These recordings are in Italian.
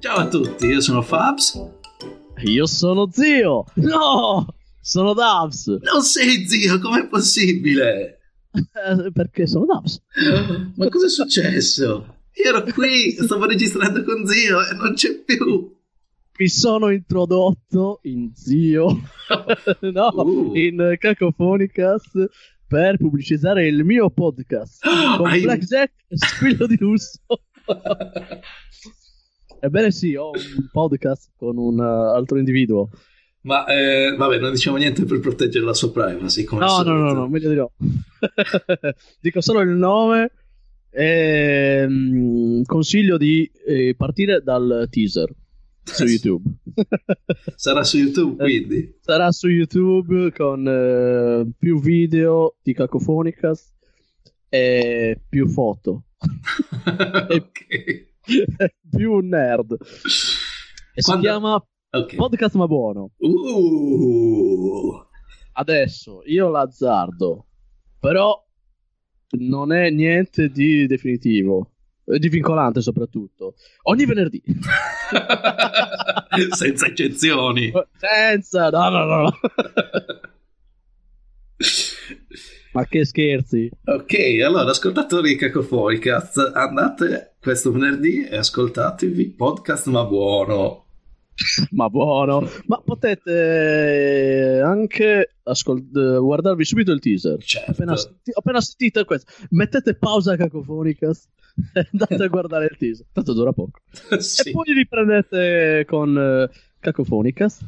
Ciao a tutti, io sono Fabs. Io sono zio! No! Sono Dubs! Non sei zio, com'è possibile? Eh, Perché sono Dubs? Ma cosa è successo? Io ero qui, stavo registrando con zio e non c'è più. Mi sono introdotto in zio, no, Uh. in Cacofonicast per pubblicizzare il mio podcast con Ai- Blackjack e Squillo di Lusso. Ebbene sì, ho un podcast con un eh, altro individuo. Ma eh, vabbè, non diciamo niente per proteggere la sua privacy. Come No, al no, no, solito. no, meglio di no. Dico solo il nome e mm, consiglio di eh, partire dal teaser su YouTube. Sarà su Eh. YouTube quindi. Sarà su YouTube con eh, più video di Cacofonicas e più foto. Eh. ok. più un nerd. E si Quando- chiama Ok. Podcast Ma Buono. Uh. Adesso io l'azzardo, però non è niente di definitivo, eh, di vincolante soprattutto. Ogni venerdì. Senza eccezioni. Senza, no, no, no. no. Ma che scherzi. Ok, allora ascoltatori Cacofonicast, andate questo venerdì e ascoltatevi Podcast Ma Buono. Ma buono. Ma potete eh, anche ascol- eh, guardarvi subito il teaser. Certo. Appena, senti- appena sentite questo, mettete pausa cacofonica e andate a guardare il teaser. Tanto dura poco. Sì. E poi li prendete con eh, Cacofonicas.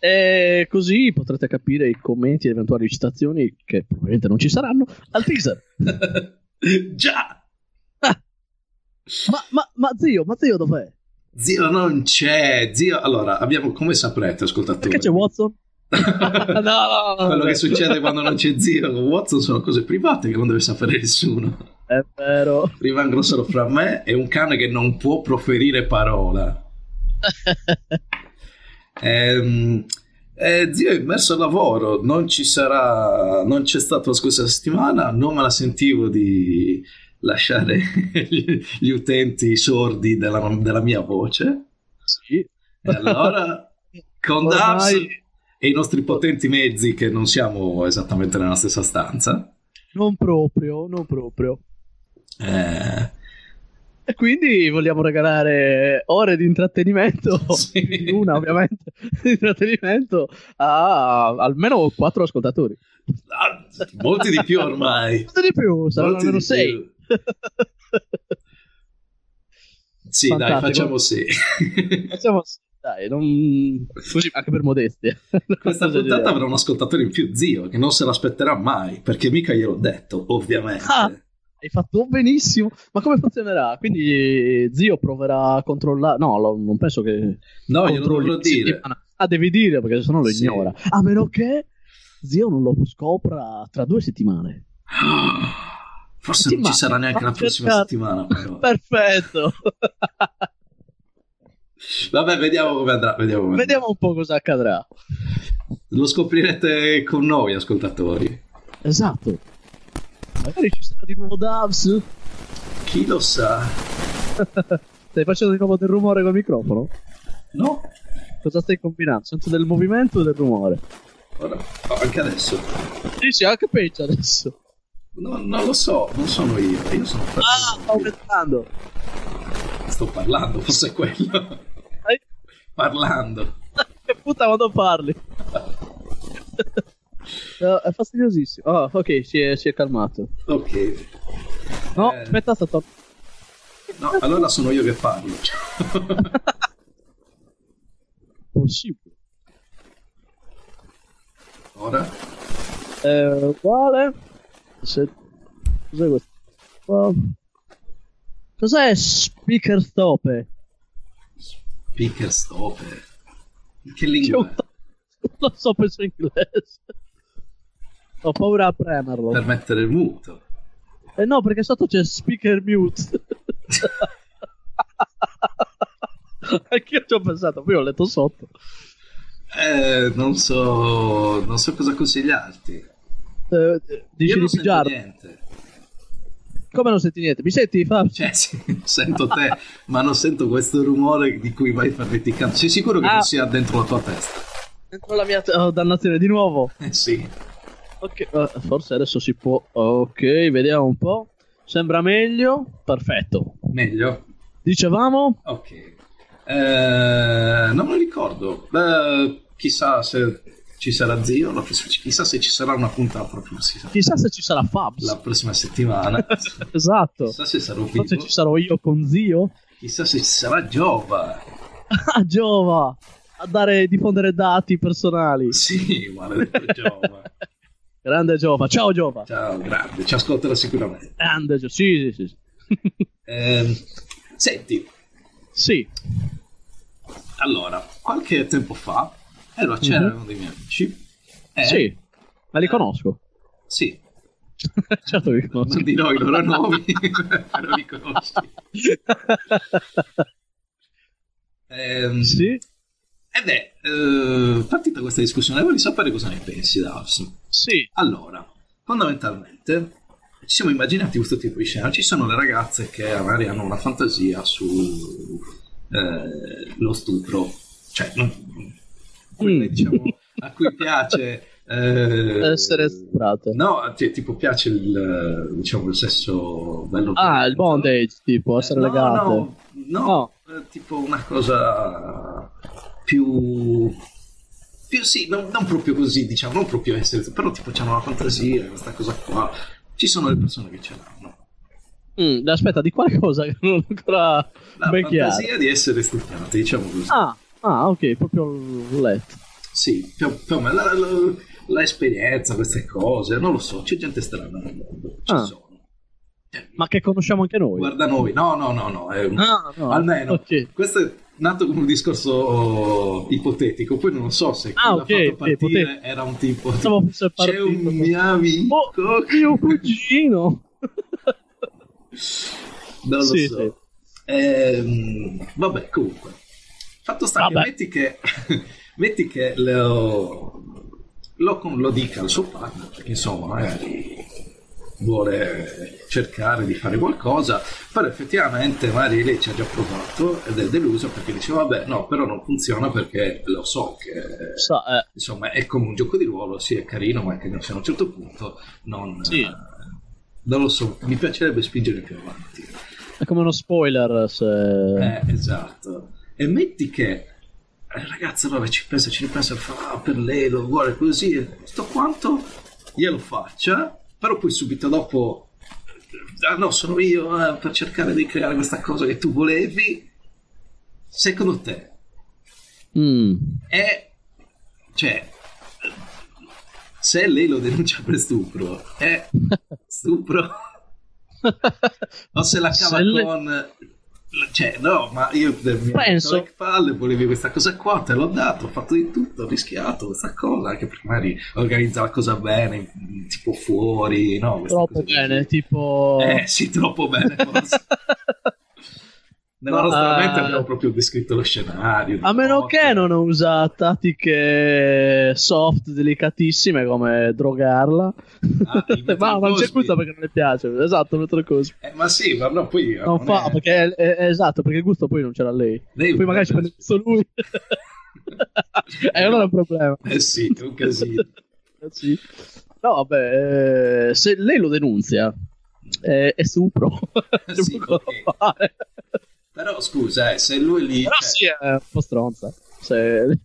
E così potrete capire i commenti e eventuali citazioni, che probabilmente non ci saranno, al teaser. Già, Ma, ma- ma zio, ma zio dov'è? zio non c'è, zio. Allora, abbiamo come saprete ascoltatori. Perché c'è Watson? no, no, no, Quello vabbè. che succede quando non c'è zio con Watson sono cose private che non deve sapere nessuno. È vero. Rimangono solo fra me e un cane che non può proferire parola. Ehm, eh, zio è immerso al lavoro, non ci sarà, non c'è stato la scorsa settimana, non me la sentivo di lasciare gli, gli utenti sordi della, della mia voce. sì. E allora, con Dabs Ormai e i nostri potenti mezzi che non siamo esattamente nella stessa stanza, non proprio, non proprio. eh, E quindi vogliamo regalare ore di intrattenimento, Sì. di una ovviamente, di intrattenimento a almeno quattro ascoltatori. ah, molti di più ormai. Molti di più, saranno Molti almeno di sei. più. Sì, dai, Fantastico. facciamo sì. Facciamo dai, non... così anche per modestia. Questa Cosa puntata dire? avrà un ascoltatore in più, zio, che non se l'aspetterà mai, perché mica gliel'ho detto, ovviamente. Ah. Hai fatto benissimo, ma come funzionerà? Quindi zio proverà a controllare... No, lo- non penso che... No, glielo controlli dovrò ogni dire. settimana. Ah, devi dire perché sennò lo Sì. ignora. A meno che zio non lo scopra tra due settimane. Ah, Forse non ci Settimana. sarà neanche la Fammi prossima cercare. settimana, però. Perfetto. Vabbè, vediamo come andrà. Vediamo come andrà. Vediamo un po' cosa accadrà. Lo scoprirete con noi, ascoltatori. Esatto. Magari ci sarà di nuovo Dubs. Chi lo sa? Stai facendo di nuovo del rumore col microfono? No? Cosa stai combinando? Sento del movimento e del rumore. Ora, oh, anche adesso. Sì, sì, anche peggio adesso. No, non lo so, non sono io. Io sono Ah, sta aumentando. Sto parlando, forse è quello. Ai, parlando. Che puttana quando parli. No, è fastidiosissimo. Ah, ok, si è, si è calmato. Ok. No, Eh. aspetta, sta tornando. No, allora sono io che parlo. Possibile. Ora. Eh, uguale. Se... Cos'è questo? Qua. Cos'è speaker stope? Picker stopper. Che C'è lingua un- è? Non lo so, penso in inglese. Ho paura a premerlo. per mettere il muto. Eh no, perché sotto c'è speaker mute. Anch'io ci ho pensato, poi ho letto sotto. Eh, non so. Non so cosa consigliarti. Eh, eh, dici io di non sento pigiarlo. niente. Come non senti niente? Mi senti Fabio? Cioè, sì, sento te, ma non sento questo rumore di cui vai farneticando. Sei sicuro che Ah. non sia dentro la tua testa? Dentro la mia t- oh, dannazione di nuovo. Eh sì. Ok, eh, forse adesso si può. Ok, vediamo un po'. Sembra meglio. Perfetto. Meglio? Dicevamo, Ok. Eh, non mi ricordo. Eh, chissà se ci sarà zio, la prossima- chissà se ci sarà una puntata la prossima, si sa- chissà se ci sarà Fabs. la prossima settimana. Esatto. chissà se sarò vivo. Forse ci sarò io con zio. Chissà se ci sarà Giova. Ah, Giova! A dare, diffondere dati personali. Sì, maledetto Giova. Grande Giova. Ciao Giova. Ciao, grande, ci ascolterà sicuramente. Grande Giova. Sì, sì, sì. Ehm, senti, sì. allora, qualche tempo fa ero a cena con uno dei miei amici. eh, Mhm. Sì. Ma li conosco. Sì, certo che li conosco. non dirò i loro nomi, però li conosci. Ehm, sì. Ed è eh, partita questa discussione, voglio sapere cosa ne pensi, Davs. Sì. Allora, fondamentalmente ci siamo immaginati questo tipo di scena. Ci sono le ragazze che magari hanno una fantasia su eh, lo stupro, cioè non- quelle, Mm. diciamo, a cui piace eh, Essere stuprate. No, ti- tipo piace il, diciamo, il sesso bello. Ah, il bondage, tipo, essere Eh, no, legate. No, no, No. eh, tipo una cosa più. più sì, non, non proprio così, diciamo, non proprio essere, però tipo c'hanno una fantasia, questa cosa qua. Ci sono le persone che ce l'hanno. Mm, aspetta, di quale cosa che non ho ancora La ben chiaro? fantasia di essere stuprate, diciamo così. Ah, ah, ok, proprio l- letto. Sì, più, più o meno la, la- la esperienza, queste cose, non lo so, c'è gente strana nel mondo, ci Ah. sono. Eh, Ma che conosciamo anche noi. Guarda noi, no, no, no, no, è un- Ah, no. almeno Ok. Questo è nato come un discorso ipotetico, poi non so se chi Ah, l'ha ok, fatto partire ipotetico. era un tipo. Pensavo fosse C'è partito. un mio amico Oh, mio cugino. Non lo Sì, so. sì. Ehm, vabbè, comunque. Fatto sta che Vabbè. metti che, metti che lo, lo, lo dica al suo partner, perché insomma magari vuole cercare di fare qualcosa, però effettivamente magari lei ci ha già provato ed è delusa perché dice vabbè no, però non funziona perché lo so che Sa- eh, insomma è come un gioco di ruolo, sì è carino, ma è che fino a un certo punto non, Sì. eh, non lo so, mi piacerebbe spingere più avanti. è come uno spoiler se... Eh, esatto. E metti che eh, ragazza allora ci pensa, ci ripensa, fa "Ah, per lei, lo vuole così, e tutto quanto, glielo faccia, però poi subito dopo, ah no, sono io eh, per cercare di creare questa cosa che tu volevi. Secondo te, Mm. è cioè se lei lo denuncia per stupro è stupro o se la cava Se le- con cioè no ma io mi Penso. le palle volevi questa cosa qua te l'ho dato ho fatto di tutto ho rischiato questa cosa anche perché magari organizza la cosa bene tipo fuori no Queste Troppo cose così. bene, tipo... eh sì troppo bene forse nella No, nostra eh, mente abbiamo proprio descritto lo scenario di A meno notte. che non usa tattiche soft, delicatissime come drogarla. Ah, il Metro ma, ma non c'è Cosby. gusto perché non le piace. Esatto, metro cosmo. Eh, ma sì, ma no, poi Non non fa, è- perché è- è- è esatto, perché il gusto poi non c'era lei. Lei- Poi magari ci prende solo lui. e allora è un problema. Eh sì, è un casino. Eh sì. No, vabbè, eh, se lei lo denunzia, eh, è stupro. C'è Sì, poco da ok. fare. Però scusa, eh, se lui lì... Però cioè, sì, è un po' stronza. Se-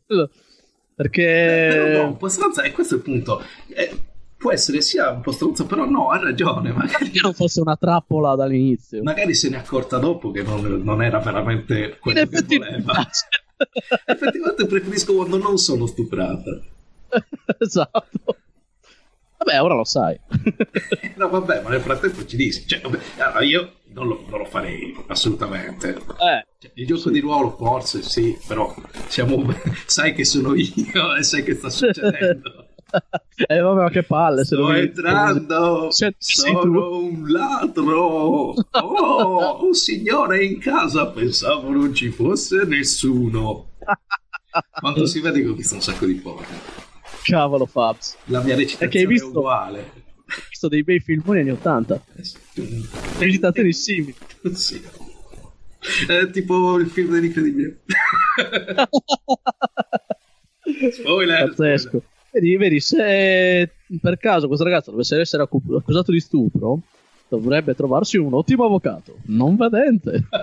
perché... Eh, però no, un po' stronza, e questo è il punto. Eh, può essere sia un po' stronza, però no, ha ragione. Magari, che non fosse una trappola dall'inizio. magari se ne è accorta dopo che non, non era veramente quello che voleva. Effettivamente preferisco quando non sono stuprata. esatto. Vabbè, ora lo sai. No, vabbè, ma nel frattempo ci dici. Cioè, vabbè, allora io non lo- non lo farei assolutamente. Eh, Cioè, Il gioco di ruolo forse sì, però siamo- sai che sono io e sai che sta succedendo. eh, vabbè, ma che palle. se Sto non- entrando, Se- sei tu. sono un ladro. Oh, un signore in casa, pensavo non ci fosse nessuno. Quanto si vede che ho visto un sacco di porno. Cavolo, Fabs. La mia Perché hai recitazione è visto? uguale. Eh, ho visto dei bei filmoni anni 80, recitazioni simili. Sì. È tipo il film dell'incredibile. Eh, spoiler. Pazzesco. Vedi, vedi, se eh, per caso questo ragazzo dovesse essere accu- accusato di stupro, dovrebbe trovarsi un ottimo avvocato, non vedente.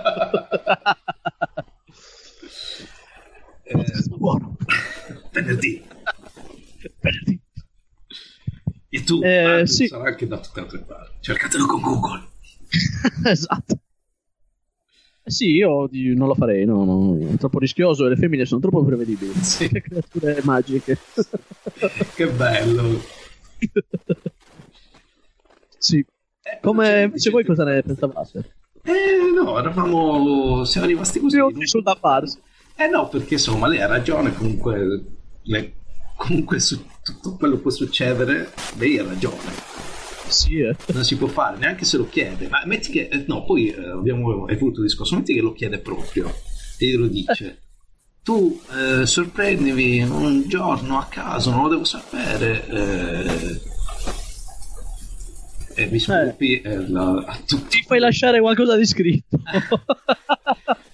Eh, Podcast buono. venerdì. Venerdì. E tu Eh, Marco, sì. sarà anche da tutte le altre parti. Cercatelo con Google. esatto. Eh Sì, io di- non lo farei, no, no, è troppo rischioso e le femmine sono troppo prevedibili. Sì. Che creature magiche. Che bello. sì. Eh, Come c'è- invece c'è- voi cosa ne pensavate? Eh no, eravamo. Siamo rimasti così. Io sul da farsi. Eh no, perché insomma lei ha ragione, comunque, le- comunque su tutto quello può succedere, lei ha ragione, Sì, eh. non si può fare, neanche se lo chiede, ma metti che, eh, no, poi eh, abbiamo è avuto il discorso, metti che lo chiede proprio e glielo dice, tu eh, sorprendimi un giorno a caso, non lo devo sapere, eh, e mi scusi eh, la- a tutti. Ti fai lasciare qualcosa di scritto.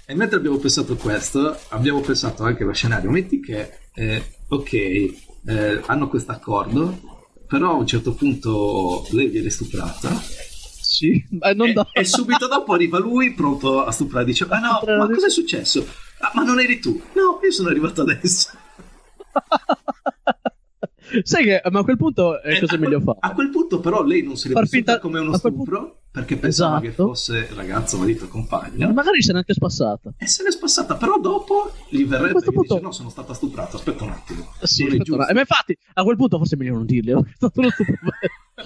E mentre abbiamo pensato a questo, abbiamo pensato anche allo scenario. Metti che, eh, ok, eh, hanno questo accordo, però a un certo punto lei viene stuprata sì, ma non e, da... e subito dopo arriva lui pronto a stuprare. Dice, ah no, ma cosa è successo? "Ah, ma non eri tu? No, io sono arrivato adesso. Sai che, ma a quel punto eh, Eh, cosa a è meglio quel- fare? A quel punto però lei non si è Far vissuta finta- come uno a quel stupro perché pensava che Esatto. fosse ragazzo, marito, compagno. Magari se n'è anche spassata. E se l'è spassata, però dopo gli verrebbe A questo e gli punto- dice: No, sono stata stuprata. Aspetta un attimo. Sì, Non è aspetta, giusto. ma- eh, ma infatti a quel punto forse è meglio non dirglielo. che è stato uno stupro-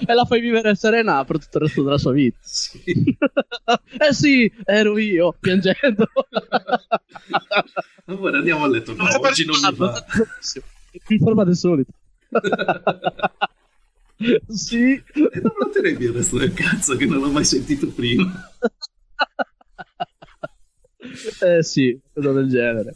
e la fai vivere serena per tutto il resto della sua vita. Sì. eh sì, ero io piangendo. Allora andiamo a letto. No, oggi non mi va. In forma del solito. sì. E non lo tenevi il resto del cazzo che non l'ho mai sentito prima. Eh sì, cosa del genere.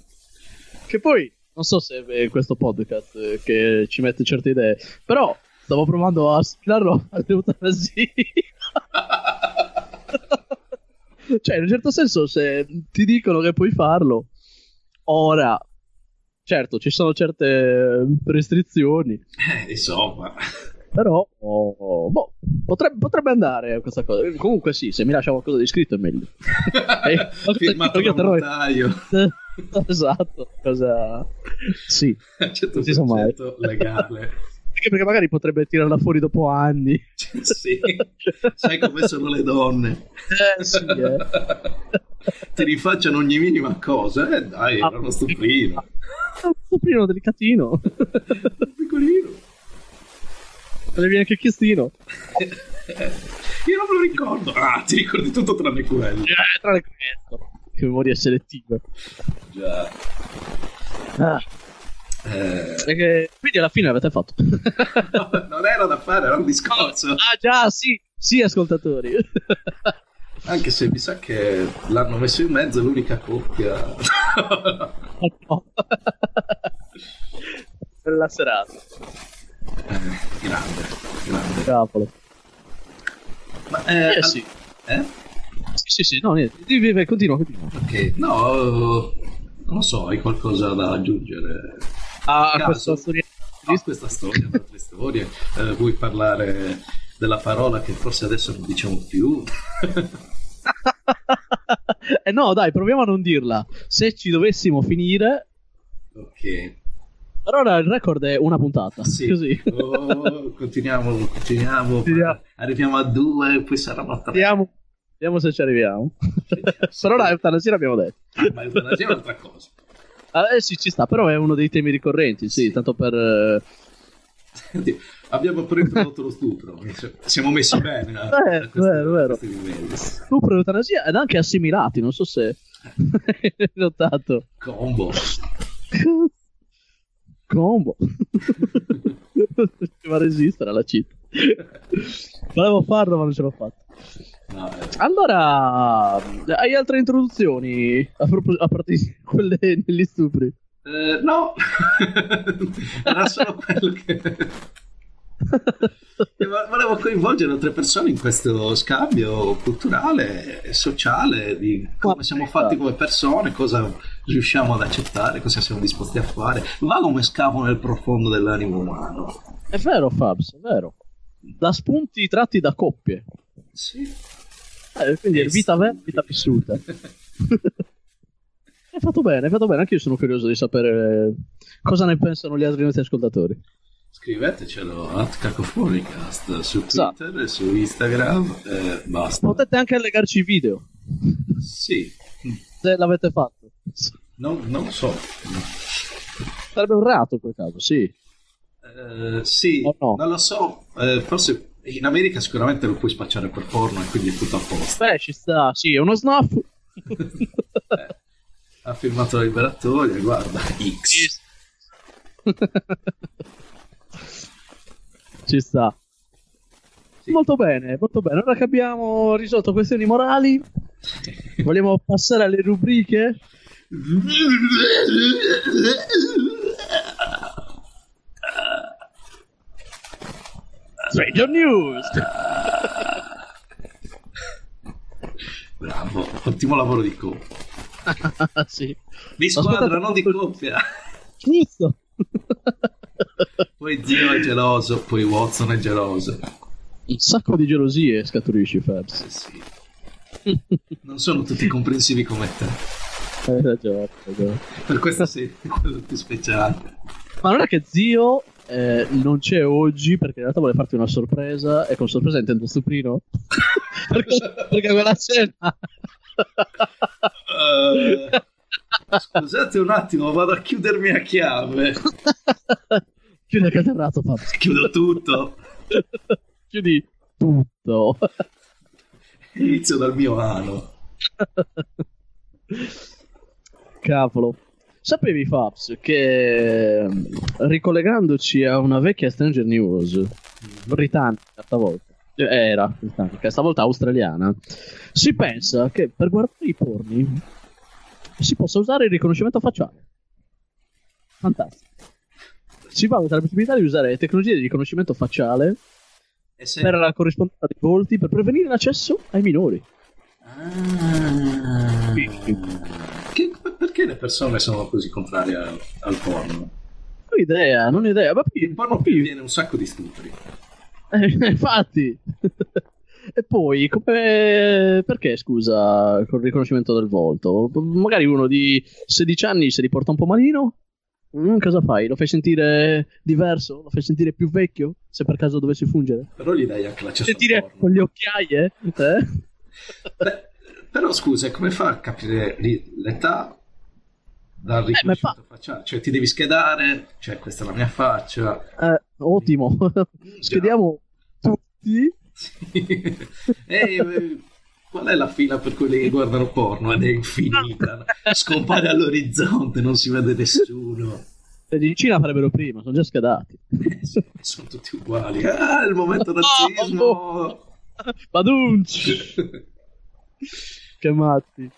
Che poi, non so se è questo podcast eh, che ci mette certe idee, però stavo provando a spiegarlo all'eutanasia. cioè, in un certo senso, se ti dicono che puoi farlo, ora, certo, ci sono certe eh, restrizioni, Eh, insomma. però oh, oh, boh, potrebbe, potrebbe andare questa cosa. Comunque sì, se mi lascia qualcosa di scritto è meglio. Eh, Firmato io da te lo- un notaio. esatto, cosa... Sì, C'è tutto Non si sa mai. concetto certo legale. anche perché magari potrebbe tirarla fuori dopo anni. Cioè, sì. Sai come sono le donne. Eh sì, eh. Ti rifacciano ogni minima cosa. Eh dai, Ah. era uno stuprino. Un soprino delicatino, Piccolino. le viene anche chiestino. Eh, Io non me lo ricordo. Ah, ti ricordi tutto tranne quello. Eh, tra le questo. Che memoria selettiva. Già. Ah, Eh, e che- Quindi alla fine l'avete fatto. no, non era da fare, era un discorso. ah già, sì, sì ascoltatori. Anche se mi sa che l'hanno messo in mezzo l'unica coppia. Eh, Oh, no. Per la serata. Eh, grande, grande. Cavolo. Ma, eh, Eh al- sì. eh? Sì, sì, sì, no, niente. Dì, dì, vai, Continua, continua. Ok, no, non lo so, hai qualcosa da aggiungere? Ah, Caso. questa storia. No, questa storia, altre storie. Eh, vuoi parlare della parola che forse adesso non diciamo più? eh no, dai, proviamo a non dirla. Se ci dovessimo finire, Ok. per ora il record è una puntata. Sì. Così. Oh, continuiamo, continuiamo. Continuiamo. Arriviamo a due, poi sarà una tre. Vediamo, vediamo se ci arriviamo. per ora l'eutanasia l'abbiamo detto. Ah, ma l'eutanasia è un'altra cosa. Ah, eh sì, ci sta, però è uno dei temi ricorrenti, sì, Sì. tanto per... eh, Senti, abbiamo pure introdotto lo stupro. Siamo messi bene. a- a Eh, vero, vero. questi livelli. Stupro e eutanasia ed anche assimilati, non so se hai notato. Combo. Combo. Ci va a resistere alla città. Volevo farlo ma non ce l'ho fatta. No, eh, Allora, hai altre introduzioni a, propos- a parte di quelle negli stupri? eh, no. era solo quello che... E vo- Volevo coinvolgere altre persone in questo scambio culturale e sociale di come siamo fatti ecco. come persone, cosa riusciamo ad accettare, cosa siamo disposti a fare. Va come scavo nel profondo dell'animo umano. È vero, Fabs, è vero. Da spunti tratti da coppie. Sì. Eh, quindi è vita vera, vita vissuta. Hai fatto bene, hai fatto bene. Anche io sono curioso di sapere eh, cosa ne pensano gli altri nostri ascoltatori. Scrivetecelo a Cacofonicast su Esatto. Twitter e su Instagram. eh, basta. Potete anche allegarci i video, Sì, se l'avete fatto. non, non so. Sarebbe un reato in quel caso, sì. Eh, sì, O no? non lo so. eh, forse in America sicuramente lo puoi spacciare per porno e quindi è tutto a posto. Beh, ci sta, sì, è uno snuff. Eh, ha firmato la liberatoria, guarda, Ci X. sta. Ci sta. Sì. Molto bene, molto bene. Ora che abbiamo risolto questioni morali, vogliamo passare alle rubriche? Stranger News! Bravo, ottimo lavoro di coppia. Ah, sì. Di squadra, Ascoltate- non di coppia. Giusto! Poi Zio è geloso, poi Watson è geloso. Un sacco di gelosie scaturisci, Fabs. Sì, sì. Non sono tutti comprensivi come te. Hai ragione, hai ragione. Per questo sei quello più speciale. Ma non è che zio eh, non c'è oggi perché in realtà vuole farti una sorpresa e con sorpresa intendo stuprino. perché, perché quella cena... Eh, scusate un attimo, vado a chiudermi a chiave. Chiudi il catennato, Fabs. Chiudo tutto. Chiudi tutto. Inizio dal mio ano. Cavolo. Sapevi, Fabs, che mm, ricollegandoci a una vecchia Stranger News, britannica stavolta, eh, era britannica, stavolta australiana, si pensa che per guardare i porni si possa usare il riconoscimento facciale. Fantastico. Si valuta la possibilità di usare tecnologie di riconoscimento facciale E se- per la corrispondenza dei volti per prevenire l'accesso ai minori. Ah. Che- perché le persone sono così contrarie al, al porno? Non ho idea, non ho idea. Ma poi, Il porno poi- viene un sacco di stupri. eh, infatti. e poi, come... perché scusa, col riconoscimento del volto? Magari uno di 16 anni se li porta un po' malino? Mm, cosa fai? Lo fai sentire diverso? Lo fai sentire più vecchio? Se per caso dovessi fungere? Però gli dai anche l'accesso al Sentire porno. con le occhiaie? Eh? Beh, però scusa, come fa a capire lì l'età dal Eh, ma riconoscimento fa- facciale? Cioè, ti devi schedare, cioè, questa è la mia faccia. Eh, ottimo. Schediamo tutti. Ehi, eh, qual è la fila per quelli che guardano porno? Ed è infinita. Scompare all'orizzonte, non si vede nessuno. Quelli In Cina farebbero prima, sono già schedati. Sono tutti uguali. Ah, il Oh, momento razzismo. boh. Badunci! Che matti.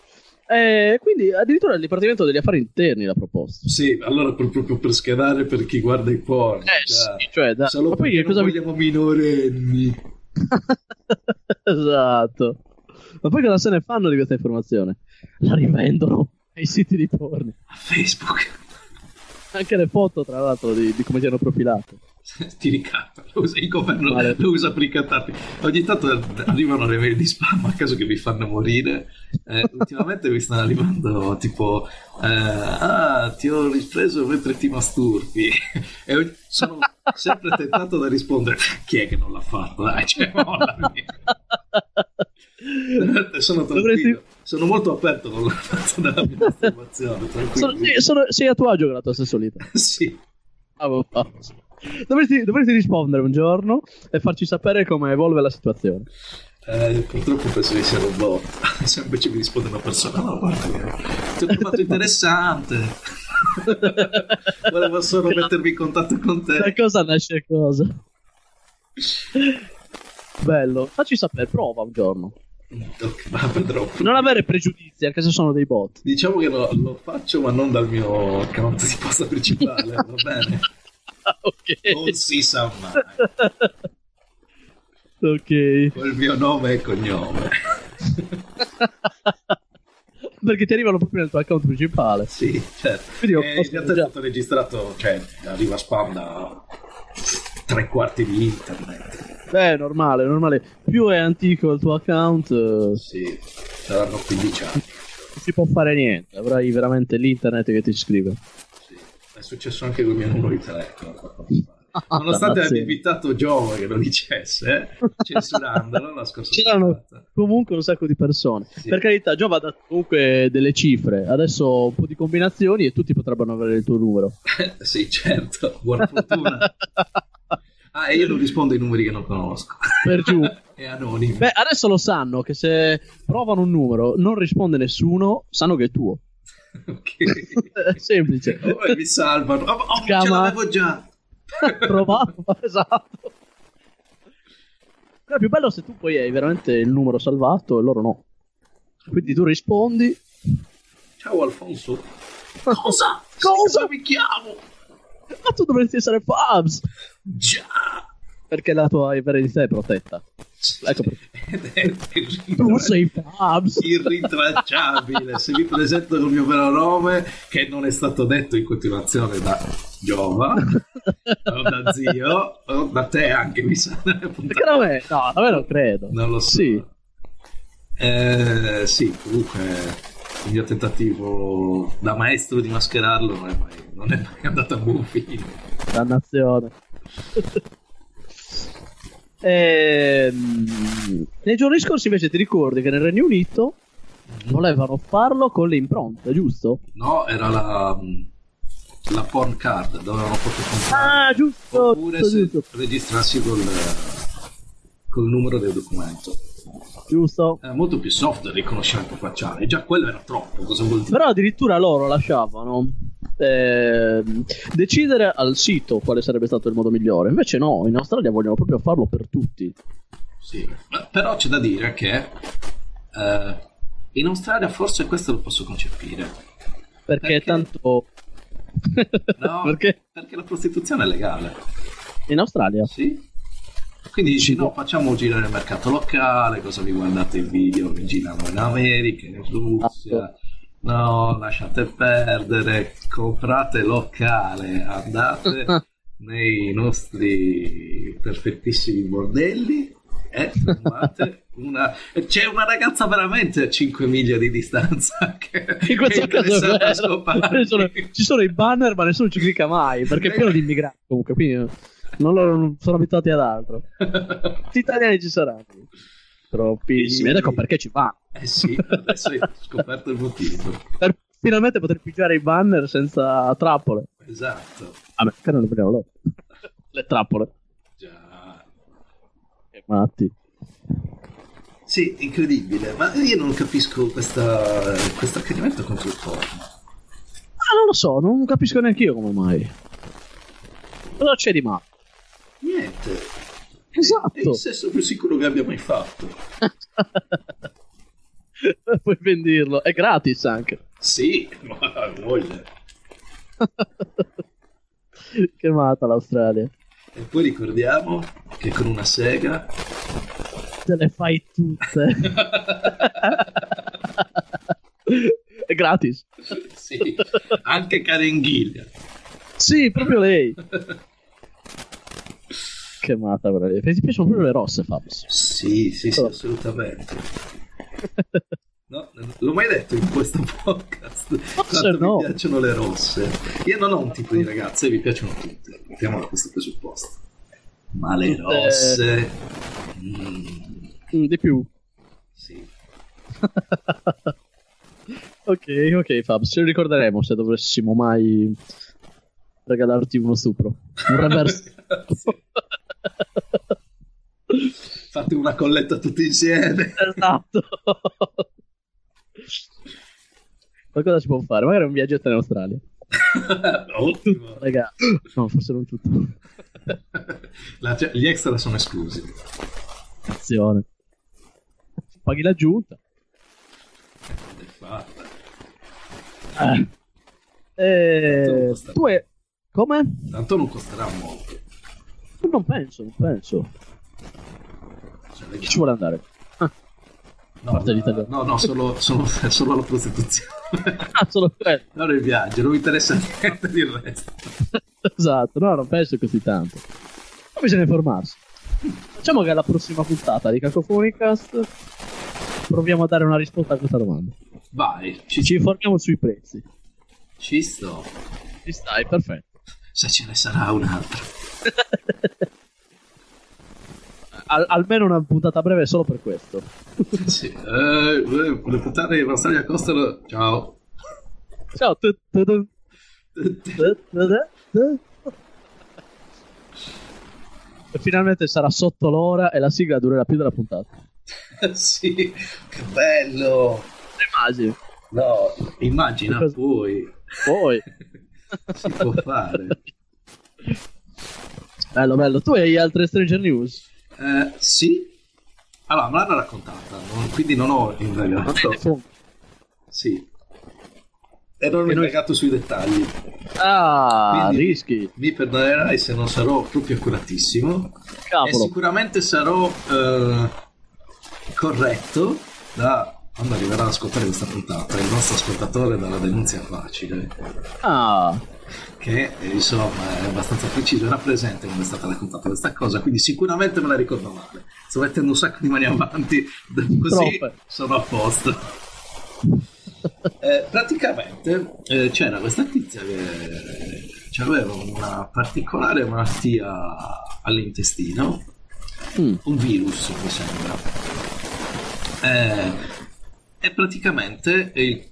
Eh, quindi addirittura il Dipartimento degli Affari Interni l'ha proposto. Sì, allora per- proprio per schedare per chi guarda i porno. Eh, cioè, sì, cioè, dai. Solo Ma poi perché che non cosa vi- vogliamo minorenni. esatto. Ma poi cosa se ne fanno di questa informazione? La rivendono ai siti di porno. A Facebook Anche le foto, tra l'altro, di, di come ti hanno profilato. ti ricatta. Lo usa, il governo Vale. lo usa per ricattarti. Ogni tanto arrivano le mail di spam a caso che vi fanno morire. Eh, ultimamente mi stanno arrivando tipo: eh, Ah, ti ho ripreso mentre ti masturbi. E ogni- sono sempre tentato da rispondere: Chi è che non l'ha fatto? Dai, cioè, mollami." sono tranquillo. Dovresti- Sono molto aperto con la faccia della mia masturbazione. Sono- Tranquillo. sì, sono- sei a tuo agio con la tua sessualità. Sì. Bravo, bravo. Dovresti, dovresti rispondere un giorno e farci sapere come evolve la situazione. Eh, purtroppo penso che sia un bot. Sempre ci mi risponde una persona. No, guarda, che ti ho trovato interessante. Volevo solo mettermi in contatto con da te. cosa nasce cosa. Bello, facci sapere, prova un giorno. Ok, ma vedrò. Non avere pregiudizi, anche se sono dei bot. Diciamo che lo, lo faccio, ma non dal mio account di posta principale. va bene. ok. Non si sa mai. ok. Col mio nome e cognome. Perché ti arrivano proprio nel tuo account principale. Sì, certo. Quindi ho- Eh, ho- in realtà è stato registrato, cioè, arriva spam da tre quarti di internet. Eh, normale, normale. Più è antico il tuo account, eh, Sì, saranno 15 anni. non si può fare niente. Avrai veramente l'internet che ti scrive. Sì. È successo anche con il mio numero di telefono. Nonostante Ah, sì. abbia invitato Giova che lo dicesse, eh, censurandolo la scorsa C'erano- settimana. Comunque un sacco di persone. Per carità, Giova ha dato comunque delle cifre. Adesso un po' di combinazioni e tutti potrebbero avere il tuo numero. sì, certo, buona fortuna. Ah, e io non rispondo ai numeri che non conosco. per giù. È anonimo. Beh, adesso lo sanno che se provano un numero, non risponde nessuno, sanno che è tuo. È ok. semplice. Ora mi salvano. Oh, oh, Chiama- ce l'avevo già. Provavo, esatto. Però È più bello se tu poi hai veramente il numero salvato e loro no. Quindi tu rispondi. Ciao Alfonso. Cosa? Cosa? Mi chiamo? Ma tu dovresti essere Fabs! Già. Perché la tua verità è protetta. Ecco perché. Ed è irritracciabile. Tu sei Fabs! irritracciabile. Se mi presento col mio vero nome, che non è stato detto in continuazione da Giova, o da zio, o da te anche, mi sa. nelle puntate. Perché da me? No, da me non credo. Non lo so. Sì. Eh, sì, comunque il mio tentativo da maestro di mascherarlo non è mai, non è mai andato a buon fine. Dannazione. Ehm, nei giorni scorsi invece ti ricordi che nel Regno Unito Mm. volevano farlo con le impronte, giusto? No, era la, la porn card, dovevano poter comprare. Ah, giusto, Oppure giusto, se giusto. registrassi col, col numero del documento. Giusto? Era molto più soft il riconoscimento facciale, già quello era troppo, cosa vuol dire? Però addirittura loro lasciavano ehm, decidere al sito quale sarebbe stato il modo migliore. Invece no, in Australia vogliono proprio farlo per tutti. Sì. Ma- Però c'è da dire che eh, in Australia forse questo lo posso concepire. Perché, Perché? tanto... No, Perché la prostituzione è legale. in Australia. Sì. Quindi dici Sì. no, facciamo girare il mercato locale, cosa vi guardate in video che girano in America, in Russia. No, lasciate perdere, comprate locale, andate nei nostri perfettissimi bordelli e trovate una... C'è una ragazza veramente a 5 miglia di distanza che, In questo che è caso è interessata a vero. scoparvi. Ci sono, ci sono i banner, ma nessuno ci clicca mai perché è pieno di immigrati. Comunque, quindi non, loro non sono abituati ad altro. Gli italiani ci saranno. Troppissimi. Ed ecco perché ci vanno. Eh sì, adesso hai scoperto il motivo. Per finalmente poter pigiare i banner senza trappole. Esatto. Vabbè, perché non le prendiamo loro? le trappole. Già. Che matti. Sì, incredibile, ma io non capisco questa- questo accanimento contro il porno. Ah, non lo so, non capisco neanche io come mai. Cosa c'è di male? Niente. È Esatto. il sesso più sicuro che abbia mai fatto. Puoi venderlo. È gratis anche. Sì, ma hai voglia. che matta l'Australia. E poi ricordiamo che con una sega... Te le fai tutte. È gratis. sì, anche carenghiglia. Sì, proprio lei. Che matta, bravi. Ti piacciono proprio le rosse, Fabs. Sì, sì, sì, Oh. assolutamente. No, l'ho mai detto in questo podcast. Forse Quanto no. mi piacciono le rosse. Io non ho un tipo di ragazze, mi piacciono tutte. Partiamo da questo presupposto. Ma le Tutte- rosse. mm, Mm, di più. sì. ok, ok, Fabs. Ce lo ricorderemo se dovessimo mai regalarti uno stupro. Un reverse. Grazie. Fate una colletta tutti insieme. esatto. Qualcosa si può fare, magari un viaggetto in Australia. Ottimo. Raga, no, forse non tutto. La- cioè, gli extra sono esclusi. Attenzione. Paghi l'aggiunta. È fatta. Eh, Tutto sta- tu hai, Come? Tanto non costerà molto. Non penso, non penso. Cioè, le- Chi ci vuole andare? no, parte no, d'Italia. no, no, solo, solo- solo la prostituzione. Ah, solo quello. non il viaggio, non mi interessa niente del resto. esatto, no, non penso così tanto. Ma bisogna informarsi. Facciamo che alla prossima puntata di Cacofonicast proviamo a dare una risposta a questa domanda. Vai, ci, Ci informiamo sui prezzi. ci sto. Ci stai, perfetto. Se ce ne sarà un'altra. Al- almeno una puntata breve solo per questo. Sì. Eh, eh, le puntate di Rosalia costano... Ciao. Ciao. tu- tu- tu- tu- tu- tu- tu. E finalmente sarà sotto l'ora e la sigla durerà più della puntata. sì, che bello. Immagini. No, immagina Cosa- poi. Poi. si può fare. Bello, bello. Tu hai altre Stranger News? Eh, sì. Allora, me l'hanno raccontata, non- quindi non ho indagato. Sì. E non ho indagato sui dettagli. Ah, Quindi- rischi. Mi perdonerai se non sarò proprio accuratissimo. E Cavolo. sicuramente sarò eh, corretto da quando arriverà ad ascoltare questa puntata il nostro ascoltatore dalla denunzia facile Ah, che eh, insomma è abbastanza preciso era presente quando è stata raccontata questa cosa quindi sicuramente me la ricordo male sto mettendo un sacco di mani avanti così Troppe. sono a posto Eh, praticamente eh, c'era questa tizia che aveva una particolare malattia all'intestino mm, un virus, mi sembra. Eh, e praticamente eh,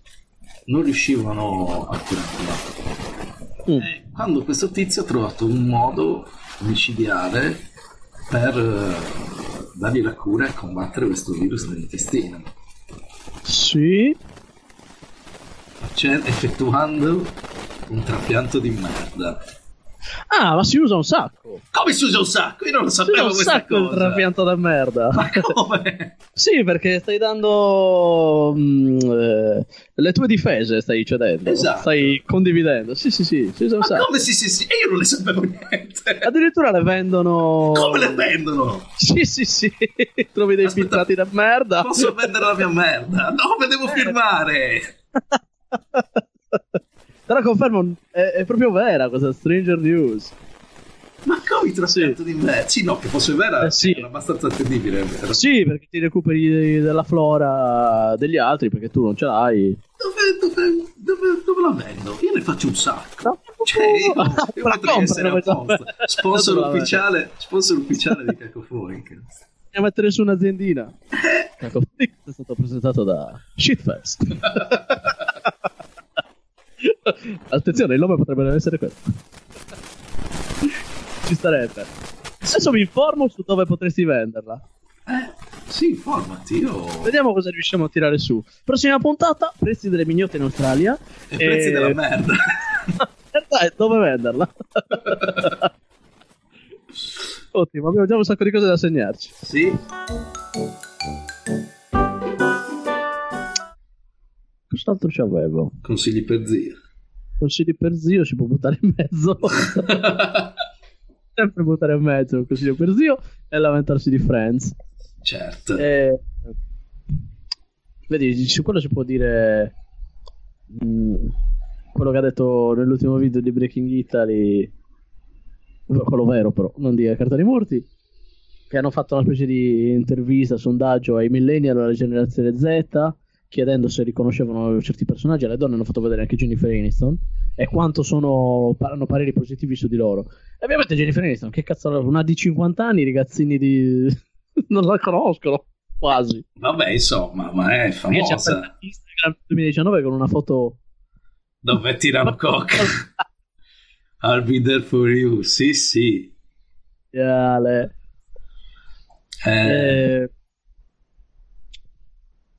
non riuscivano a curarla. mm. E quando questo tizio ha trovato un modo micidiale per eh, dargli la cura e combattere questo virus nell'intestino, Sì. facce- cioè effettuando un trapianto di merda. Ah, ma si usa un sacco. Come si usa un sacco? Io non lo Si usa sapevo un questa sacco il cosa. trapianto da merda. Ma come? Sì, perché stai dando mm, eh, le tue difese, stai cedendo. Esatto. Stai condividendo. Sì, sì, sì, si usa un Ma sacco. come sì, sì, sì, e io non ne sapevo niente. Addirittura le vendono... Come le vendono? Sì, sì, sì. Trovi dei Aspetta. filtrati da merda. Posso vendere la mia merda? No, me Eh. devo firmare! Te la confermo, è, è proprio vera questa Stranger News. Ma come il trapianto di merda? Sì, no, che fosse vera Eh, sì. era abbastanza attendibile. Era- Sì, perché ti recuperi della flora degli altri perché tu non ce l'hai. Dove, dove- dove- dove la vendo? Io ne faccio un sacco. No. Cioè, io, io La potrei essere comprano, a posto. esatto. Sponsor Dove la ufficiale, sponsor ufficiale di Cacofonica. Bisogna mettere su un'aziendina. Eh. Ecco, è stato presentato da Shitfest. Attenzione, il nome potrebbe non essere questo. Ci starebbe. Adesso mi informo su dove potresti venderla. Eh, sì, informati, io... E Vediamo cosa riusciamo a tirare su. Prossima puntata, prezzi delle mignotte in Australia. prezzi Eh, della merda. merda è dove venderla. Ottimo, abbiamo già un sacco di cose da segnarci. sì, Cos'altro ci avevo? consigli per zio. Consigli per zio si può buttare in mezzo. Sempre buttare in mezzo un consiglio per zio e lamentarsi di Friends. certo. Eh, Vedi, su quello si può dire mh, quello che ha detto nell'ultimo video di Breaking Italy, quello vero però, non di cartoni morti, che hanno fatto una specie di intervista, sondaggio ai millennial, alla generazione Z, chiedendo se riconoscevano certi personaggi, alle donne hanno fatto vedere anche Jennifer Aniston e quanto sono, hanno pareri positivi su di loro. E ovviamente Jennifer Aniston, che cazzo, una di 50 anni, i ragazzini di... non la conoscono, quasi. Vabbè, insomma, ma è Perché c'è famosa. aperto Instagram 2019 con una foto Dove tirano coca? I'll be there for you. Sì, sì. reale. Eh, Eh,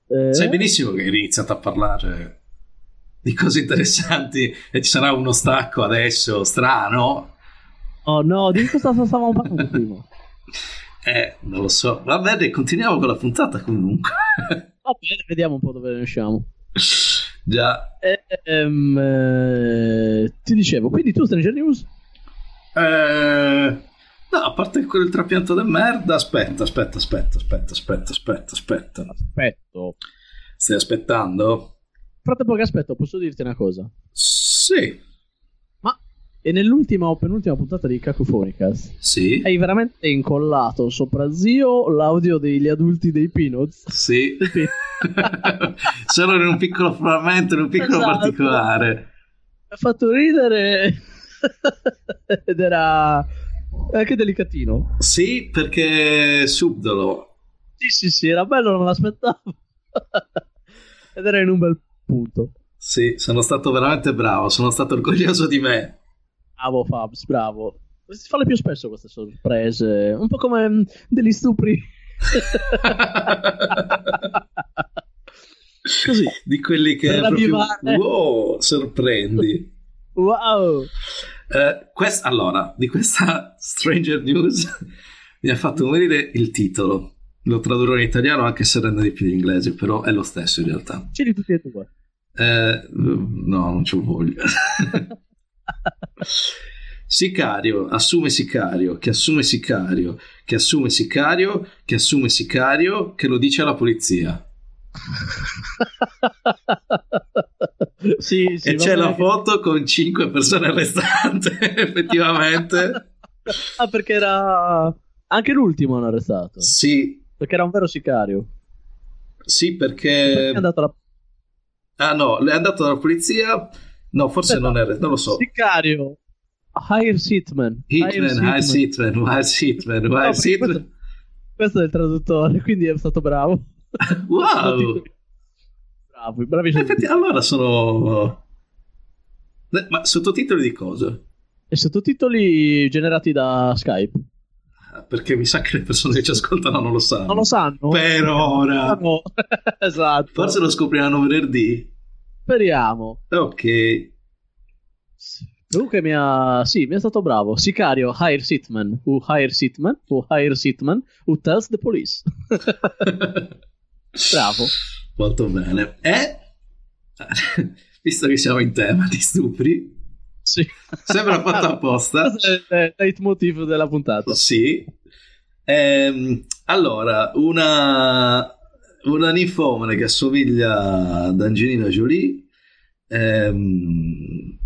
eh, Sai benissimo che hai iniziato a parlare di cose interessanti e ci sarà uno stacco adesso strano. Oh no, di cosa stavamo parlando prima? Eh, non lo so. Va bene, continuiamo con la puntata comunque. Va bene, vediamo un po' dove ne usciamo. Già. E, ehm, eh, ti dicevo, quindi tu Stranger News? Eh, no, a parte quel trapianto del merda, aspetta, aspetta, aspetta, aspetta, aspetta, aspetta, aspetta. Aspetto. Stai aspettando? Frattempo che aspetto, posso dirti una cosa. Sì, E nell'ultima o penultima puntata di Cacofonicas sì, hai veramente incollato sopra zio l'audio degli adulti dei Peanuts. sì. Solo in un piccolo frammento, in un piccolo Esatto. particolare. Mi ha fatto ridere ed era eh, anche delicatino. Sì, perché è subdolo. Sì, sì, sì, era bello, non me l'aspettavo. ed era in un bel punto. Sì, sono stato veramente bravo, sono stato orgoglioso di me. Bravo Fabs, bravo. Si fanno più spesso queste sorprese, un po' come mm, degli stupri. Così. Di quelli che Per proprio avvivare. wow, sorprendi. Wow. Eh, quest- allora, di questa Stranger News mi ha fatto morire il titolo. Lo tradurrò in italiano anche se rende di più in inglese, però è lo stesso in realtà. Ce li tutti e due. Eh, no, non ci voglio. Sicario assume sicario, che assume sicario, che assume sicario, che assume sicario, che lo dice alla polizia. sì, sì, e va c'è bene la che- foto con cinque persone arrestate, effettivamente. Ah, perché era. Anche l'ultimo hanno arrestato. sì, Perché era un vero sicario. sì, Perché perché... è andato alla... Ah no, è andato dalla polizia? No, forse Aspetta. non è... Non lo so. Sicario. Hire Sitman. Hitman, High Hitman, High Hitman, No, High perché Hitman. questo, questo è il traduttore, quindi è stato bravo. Wow! Bravi, bravi. Effetti- allora sono... Eh, Ma sottotitoli di cosa? E sottotitoli generati da Skype. Perché mi sa che le persone che ci ascoltano non lo sanno. Non lo sanno? Per ora. No. esatto. Forse lo scopriranno venerdì. Speriamo. Ok. Comunque mi ha... Sì, mi è stato bravo. Sicario, hire Sitman. Who hire Sitman? Who hire Sitman? Who tells the police? Bravo. Molto bene. E visto che siamo in tema di stupri, Sì. sembra fatto apposta. Questo è il leitmotiv della puntata. Sì. Ehm, allora, una, una ninfomane che assomiglia ad Angelina Jolie ehm,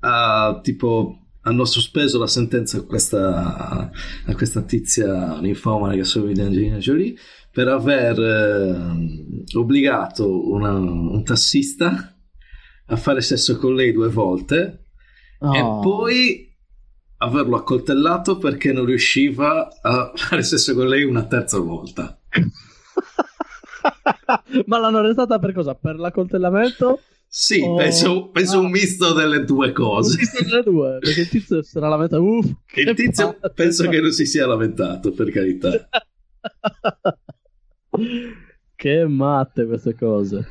ha, tipo, hanno sospeso la sentenza a questa, a questa tizia ninfomane che assomiglia ad Angelina Jolie per aver ehm, obbligato una- un tassista a fare sesso con lei due volte e Oh. poi averlo accoltellato perché non riusciva a fare sesso con lei una terza volta. Ma l'hanno arrestata per cosa? Per l'accoltellamento? Sì, Oh, penso, penso un ah. misto delle due Ho cose. visto tra due, perché il tizio sarà la meta. Uff, che Il tizio palle. penso che non si sia lamentato, per carità. che matte queste cose.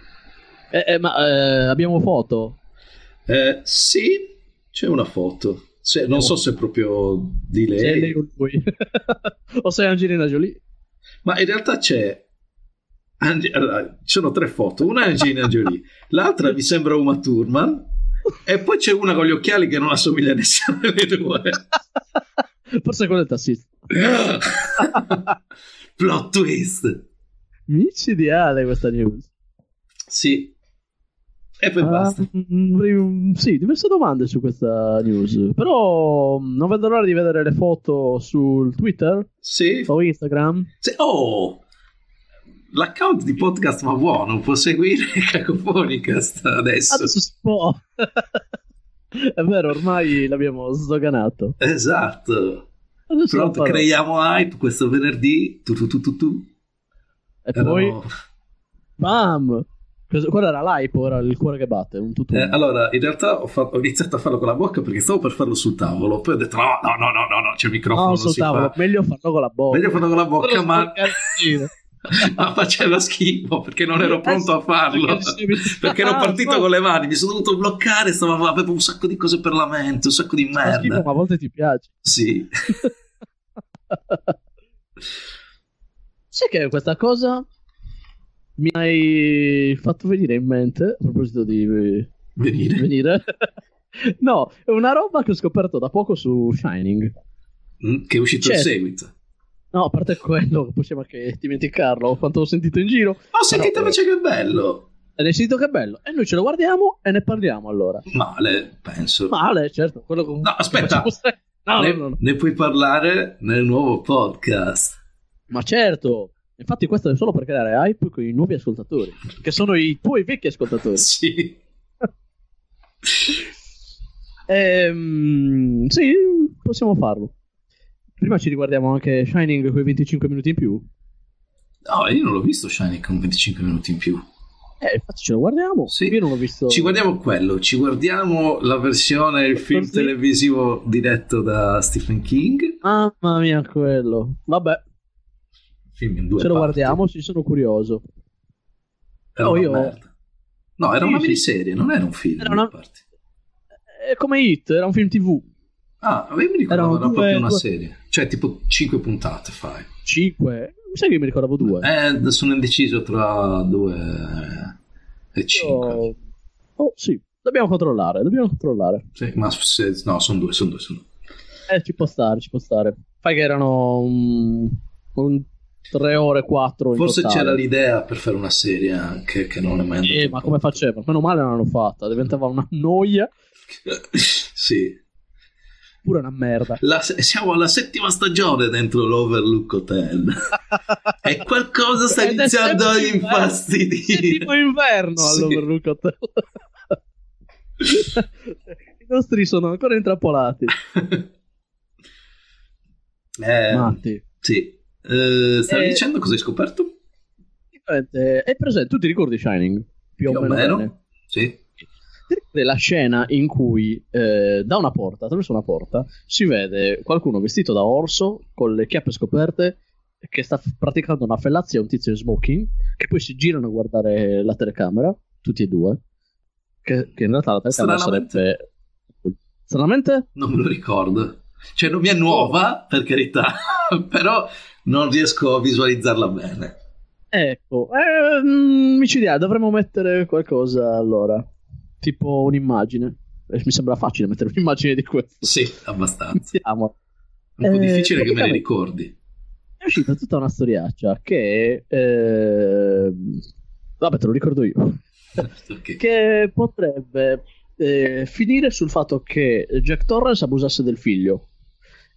Eh, eh, ma eh, abbiamo foto? Eh, sì, c'è una foto. Se- non so se è proprio di lei, Se è lei o lui. o sei Angelina Jolie? ma in realtà c'è. Ange- allora, ci sono tre foto. Una è Angelina Jolie, l'altra mi sembra Uma Thurman, e poi c'è una con gli occhiali che non assomiglia a nessuna delle due. Forse quello è il tassista. Plot twist. Micidiale questa news. Sì. E poi basta. Ah, mm, sì, diverse domande su questa news. Però mm, non vedo l'ora di vedere le foto sul Twitter Sì. o Instagram. Sì. Oh! L'account di Podcast Ma Buono può seguire Cacofonicast adesso. Adesso si può. È vero, ormai l'abbiamo sdoganato. Esatto. Adesso lo Pronto, farò. creiamo hype questo venerdì. Tu, tu, tu, tu, tu. E Erano- poi, bam! Cosa- Quello era l'hype, ora il cuore che batte, un tutù. Eh, allora, in realtà ho, fa- ho iniziato a farlo con la bocca perché stavo per farlo sul tavolo. Poi ho detto: no, no, no, no, no, no, c'è il microfono. no, non sul si fa. tavolo, Ah, meglio farlo con la bocca. Meglio farlo con la bocca, Quello ma sporcazzino. ma Ah, faceva schifo perché non Eh, ero pronto a farlo. Perché Ah, ero partito con le mani, mi sono dovuto bloccare, stavo- avevo un sacco di cose per la mente, un sacco di Fa schifo, merda. ma a volte ti piace. Sì, Sai che questa cosa mi hai fatto venire in mente, a proposito di eh, Venire. venire, no, è una roba che ho scoperto da poco su Shining. Mm, Che è uscito il Certo. seguito. Oh, No, a parte quello, possiamo anche dimenticarlo, quanto ho sentito in giro. Ho sentito Però- invece che è bello. E hai sentito che è bello. E noi ce lo guardiamo e ne parliamo allora. Male, penso. Male, certo, quello con... No, aspetta. No, ne, no, no, no. ne puoi parlare nel nuovo podcast. Ma certo, infatti questo è solo per creare hype con i nuovi ascoltatori, che sono i tuoi vecchi ascoltatori. Sì. Ehm, sì, possiamo farlo. Prima ci riguardiamo anche Shining con i 25 minuti in più. No, io non l'ho visto Shining con 25 minuti in più. Eh, infatti ce lo guardiamo. Sì. Io non l'ho visto. Ci guardiamo quello, ci guardiamo la versione, il film Così. televisivo diretto da Stephen King. Mamma mia, quello. Vabbè, Film in due ce lo parti. guardiamo, ci sono curioso. Era Oh, una io- merda. No, era Sì, una sì. miniserie, non era un film. Era in due una- parti. È Eh, come Hit, era un film TV. Ah, io mi ricordavo Erano era due- proprio una due- serie. Cioè, tipo 5 puntate fai. 5. Sai che io mi ricordavo due. Eh, sono indeciso tra 2 e 5. Io- Oh, sì. Dobbiamo controllare, dobbiamo controllare. ma se- no, sono due, sono due, sono due. Eh, ci può stare, ci può stare. Fai che erano un, un 3 ore 4 Forse c'era l'idea per fare una serie anche che non è mai andata. Eh, ma come faceva? Meno male non l'hanno fatta, diventava una noia sì. pure una merda. La- siamo alla settima stagione dentro l'Overlook Hotel. e qualcosa sta Ed è iniziando a sempre inverno. È infastidire. tipo inverno Sì. all'Overlook Hotel. I nostri sono ancora intrappolati. Eh, Matti. sì. Eh, stavi Eh, dicendo cosa hai scoperto? Praticamente, È presente, tu ti ricordi Shining? Più o, meno. bene? Sì. Ti ricordi la scena in cui eh, da una porta, attraverso una porta, si vede qualcuno vestito da orso con le chiappe scoperte che sta f- praticando una fellazia a un tizio in smoking, che poi si girano a guardare la telecamera, tutti e due, che, che in realtà la telecamera Stranamente. sarebbe... Stranamente? Non me lo ricordo. Cioè, non mi è nuova, per carità, però non riesco a visualizzarla bene. Ecco, eh, mm, micidiale, dovremmo mettere qualcosa allora, tipo un'immagine. Eh, Mi sembra facile mettere un'immagine di questo. Sì, abbastanza. Mettiamo. È un po' Eh, difficile che me ne praticamente- ricordi. è uscita tutta una storiaccia che eh, vabbè te lo ricordo io Ok. che potrebbe eh, finire sul fatto che Jack Torrance abusasse del figlio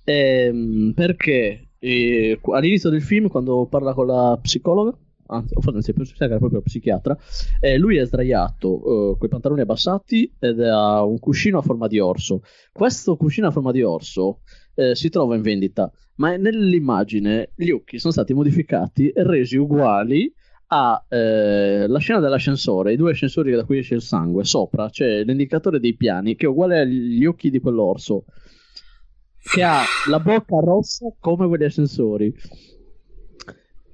Ehm, perché eh, qu- all'inizio del film quando parla con la psicologa anzi o forse non si sa che era proprio la psichiatra eh, lui è sdraiato eh, coi pantaloni abbassati ed ha un cuscino a forma di orso questo cuscino a forma di orso eh, si trova in vendita ma nell'immagine gli occhi sono stati modificati e resi uguali alla scena dell'ascensore, i due ascensori da cui esce il sangue, sopra c'è l'indicatore dei piani che è uguale agli occhi di quell'orso, che ha la bocca rossa come quegli ascensori.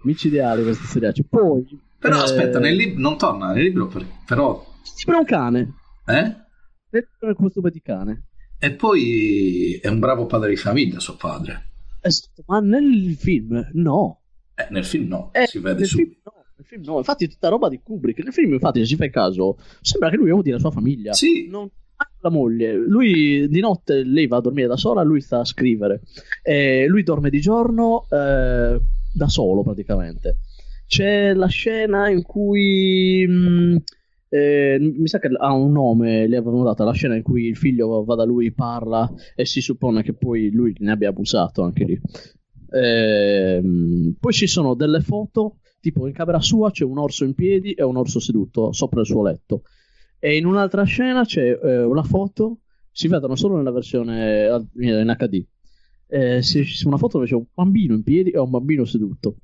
Micidiale questa serie. Poi... Però eh, aspetta, nel libro non torna nel libro, per- però. Sembra un cane, Eh? sembra il costume di cane. E poi è un bravo padre di famiglia, suo padre. Esatto, ma nel film no. Eh, nel film no, Eh, si vede nel su. film no, nel film no. infatti è tutta roba di Kubrick. Nel film, infatti, se ci fai caso, sembra che lui odi la sua famiglia. Sì, Non anche la moglie. Lui di notte lei va a dormire da sola, lui sta a scrivere. Eh, lui dorme di giorno eh, da solo, praticamente. C'è la scena in cui. mh, eh, mi sa che ha un nome, le avevano data la scena in cui il figlio va da lui, parla e si suppone che poi lui ne abbia abusato anche lì. Ehm, poi ci sono delle foto, tipo in camera sua c'è un orso in piedi e un orso seduto sopra il suo letto. E in un'altra scena c'è eh, una foto, si vedono solo nella versione eh, in HD. Eh, si- su una foto dove c'è un bambino in piedi e un bambino seduto.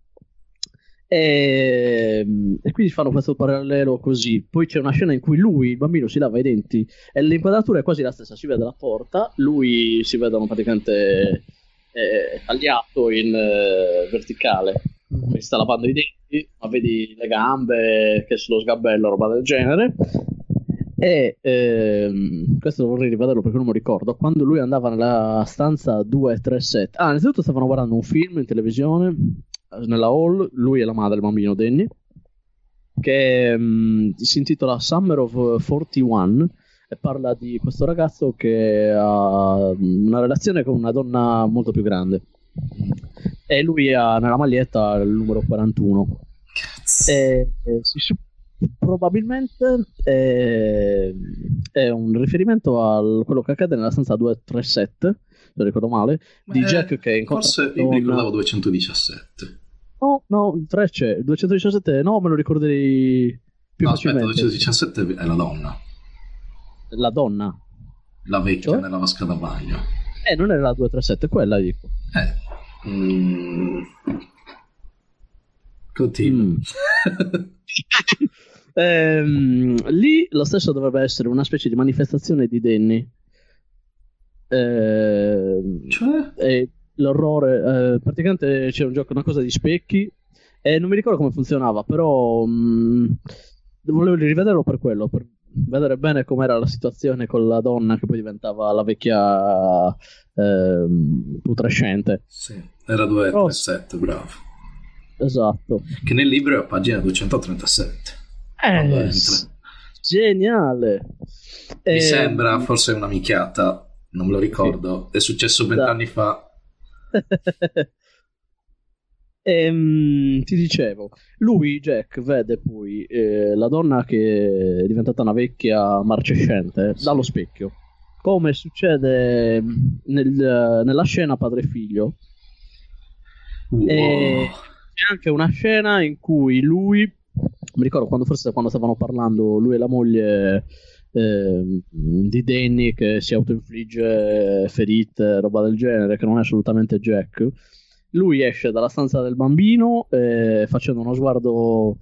Ehm, E, quindi fanno questo parallelo così. Poi c'è una scena in cui lui, il bambino, si lava i denti e l'inquadratura è quasi la stessa. Si vede la porta, lui si vedono praticamente eh, tagliato in eh, verticale. Mi sta lavando i denti, ma vedi le gambe che sullo sgabello, roba del genere. E ehm, questo vorrei ribadirlo perché non me lo ricordo. Quando lui andava nella stanza 237, ah, innanzitutto stavano guardando un film in televisione eh, nella hall. Lui e la madre, il bambino Danny. che mm, si intitola Summer of 41 e parla di questo ragazzo che ha una relazione con una donna molto più grande e lui ha nella maglietta il numero 41 Cazzo. e, e si sup- probabilmente è, è un riferimento a quello che accade nella stanza 237 se non ricordo male di Eh, Jack che incontra Forse io una mi donna- ricordavo 217. no no 3 c'è 217 no me lo ricorderei più No, aspetta, facilmente 217 è la donna, la donna la vecchia Cioè? nella vasca da bagno. eh non era la 237 quella dico Eh. mm. Continua. Mm. Ehm, lì lo stesso dovrebbe essere una specie di manifestazione di Danny. Ehm, Cioè? e l'orrore, eh, praticamente c'era un gioco, una cosa di specchi, e non mi ricordo come funzionava, però mm, volevo rivederlo per quello, per vedere bene com'era la situazione con la donna che poi diventava la vecchia ehm, putrescente. Sì, era 237, bravo. Esatto. Che nel libro è a pagina 237. Quando Eh, entra. s- geniale. Mi Ehm, sembra forse una minchiata, non me lo ricordo. È successo Esatto. vent'anni fa. Ehm, ti dicevo, lui, Jack, vede poi eh, la donna che è diventata una vecchia marcescente eh, Sì. dallo specchio, come succede nel- nella scena padre e figlio. Wow. Eh, C'è anche una scena in cui lui, mi ricordo quando forse quando stavano parlando lui e la moglie ehm, di Danny che si autoinfligge ferite, roba del genere, che non è assolutamente Jack. Lui esce dalla stanza del bambino eh, facendo uno sguardo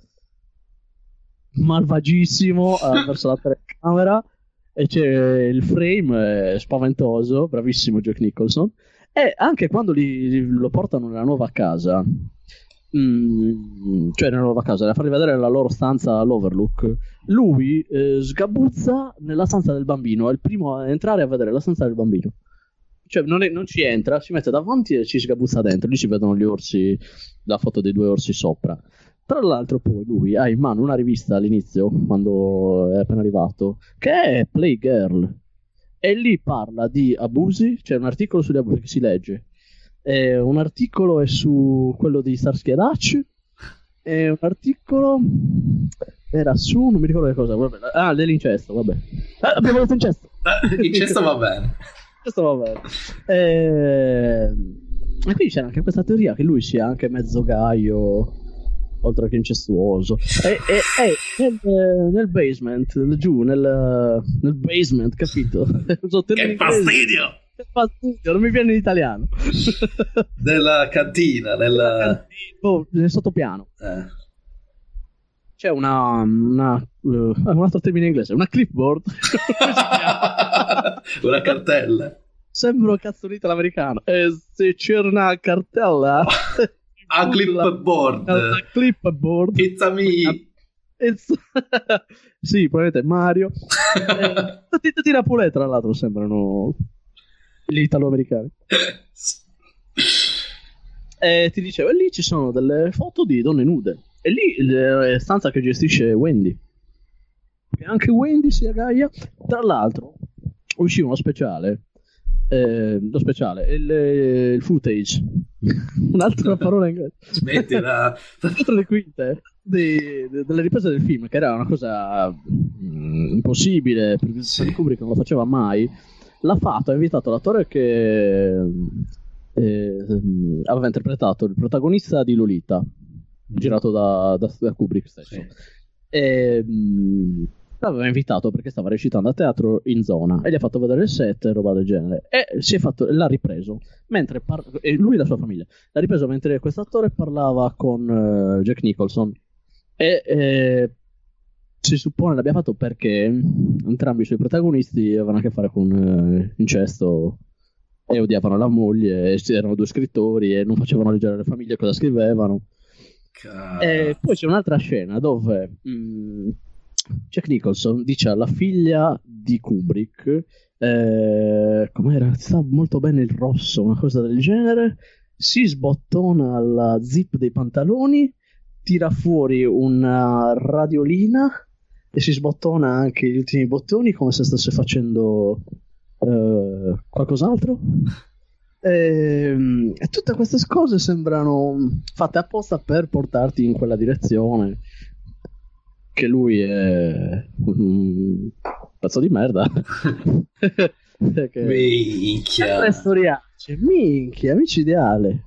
malvagissimo eh, verso la telecamera e c'è il frame eh, spaventoso, bravissimo Jack Nicholson. E anche quando li- lo portano nella nuova casa, mm, cioè nella nuova casa, da fargli vedere la loro stanza all'Overlook, lui eh, sgabuzza nella stanza del bambino, è il primo a entrare a vedere la stanza del bambino. Cioè non, è- non ci entra, si mette davanti e ci sgabuzza dentro, lì si vedono gli orsi, la foto dei due orsi sopra. Tra l'altro poi lui ha in mano una rivista all'inizio, quando è appena arrivato, che è Playgirl e lì parla di abusi, c'è un articolo sugli abusi che si legge, eh, un articolo è su quello di Starsky e Hutch, e un articolo era su, non mi ricordo che cosa, vabbè, ah, dell'incesto, vabbè. Ah, abbiamo detto incesto, Eh, il cesto va bene. questo va bene. Eh, e quindi c'era anche questa teoria che lui sia anche mezzo gaio, oltre che incestuoso. E, e- e nel, nel basement, giù, nel, nel basement, capito? Uso termini Che inglesi. fastidio! Che fastidio, non mi viene in italiano. Della cantina, della... Boh, nel sottopiano. eh. C'è una, una eh, un altro termine inglese, una clipboard. una cartella. Sembra un cazzolito l'americano. E se c'era una cartella... A Una clipboard. clipboard. It's a me. It's- sì, probabilmente Mario. Eh, tutti, tutti Napolè, tra l'altro, sembrano gli italo-americani. E ti dicevo, e lì ci sono delle foto di donne nude. E lì l- è stanza che gestisce Wendy. E anche Wendy si gaia. Tra l'altro, uscì uno speciale. eh, lo speciale, il, eh, il footage. Un'altra parola in inglese. Smettila. Dietro le quinte dei- de- delle riprese del film, che era una cosa mm, impossibile, perché Sì. Stanley Kubrick non lo faceva mai, l'ha fatto, ha invitato l'attore che eh, mm, aveva interpretato il protagonista di Lolita, girato da, da- da Kubrick stesso. Sì. E, mm, l'aveva invitato perché stava recitando a teatro in zona e gli ha fatto vedere il set e roba del genere e si è fatto, l'ha ripreso mentre par- e lui e la sua famiglia l'ha ripreso mentre quest'attore parlava con eh, Jack Nicholson e eh, si suppone l'abbia fatto perché entrambi i suoi protagonisti avevano a che fare con eh, incesto e odiavano la moglie e si- erano due scrittori e non facevano leggere le famiglie cosa scrivevano Eh, e Eh, poi c'è un'altra scena dove mm, Jack Nicholson dice alla figlia di Kubrick, eh, com'era? Ti Sta molto bene il rosso, una cosa del genere. Si sbottona la zip dei pantaloni, tira fuori una radiolina e si sbottona anche gli ultimi bottoni come se stesse facendo eh, qualcos'altro. Ehm, E tutte queste cose sembrano fatte apposta per portarti in quella direzione. Che lui è un pezzo di merda. Che- Minchia. Sempre storiacce, minchia, amici ideale.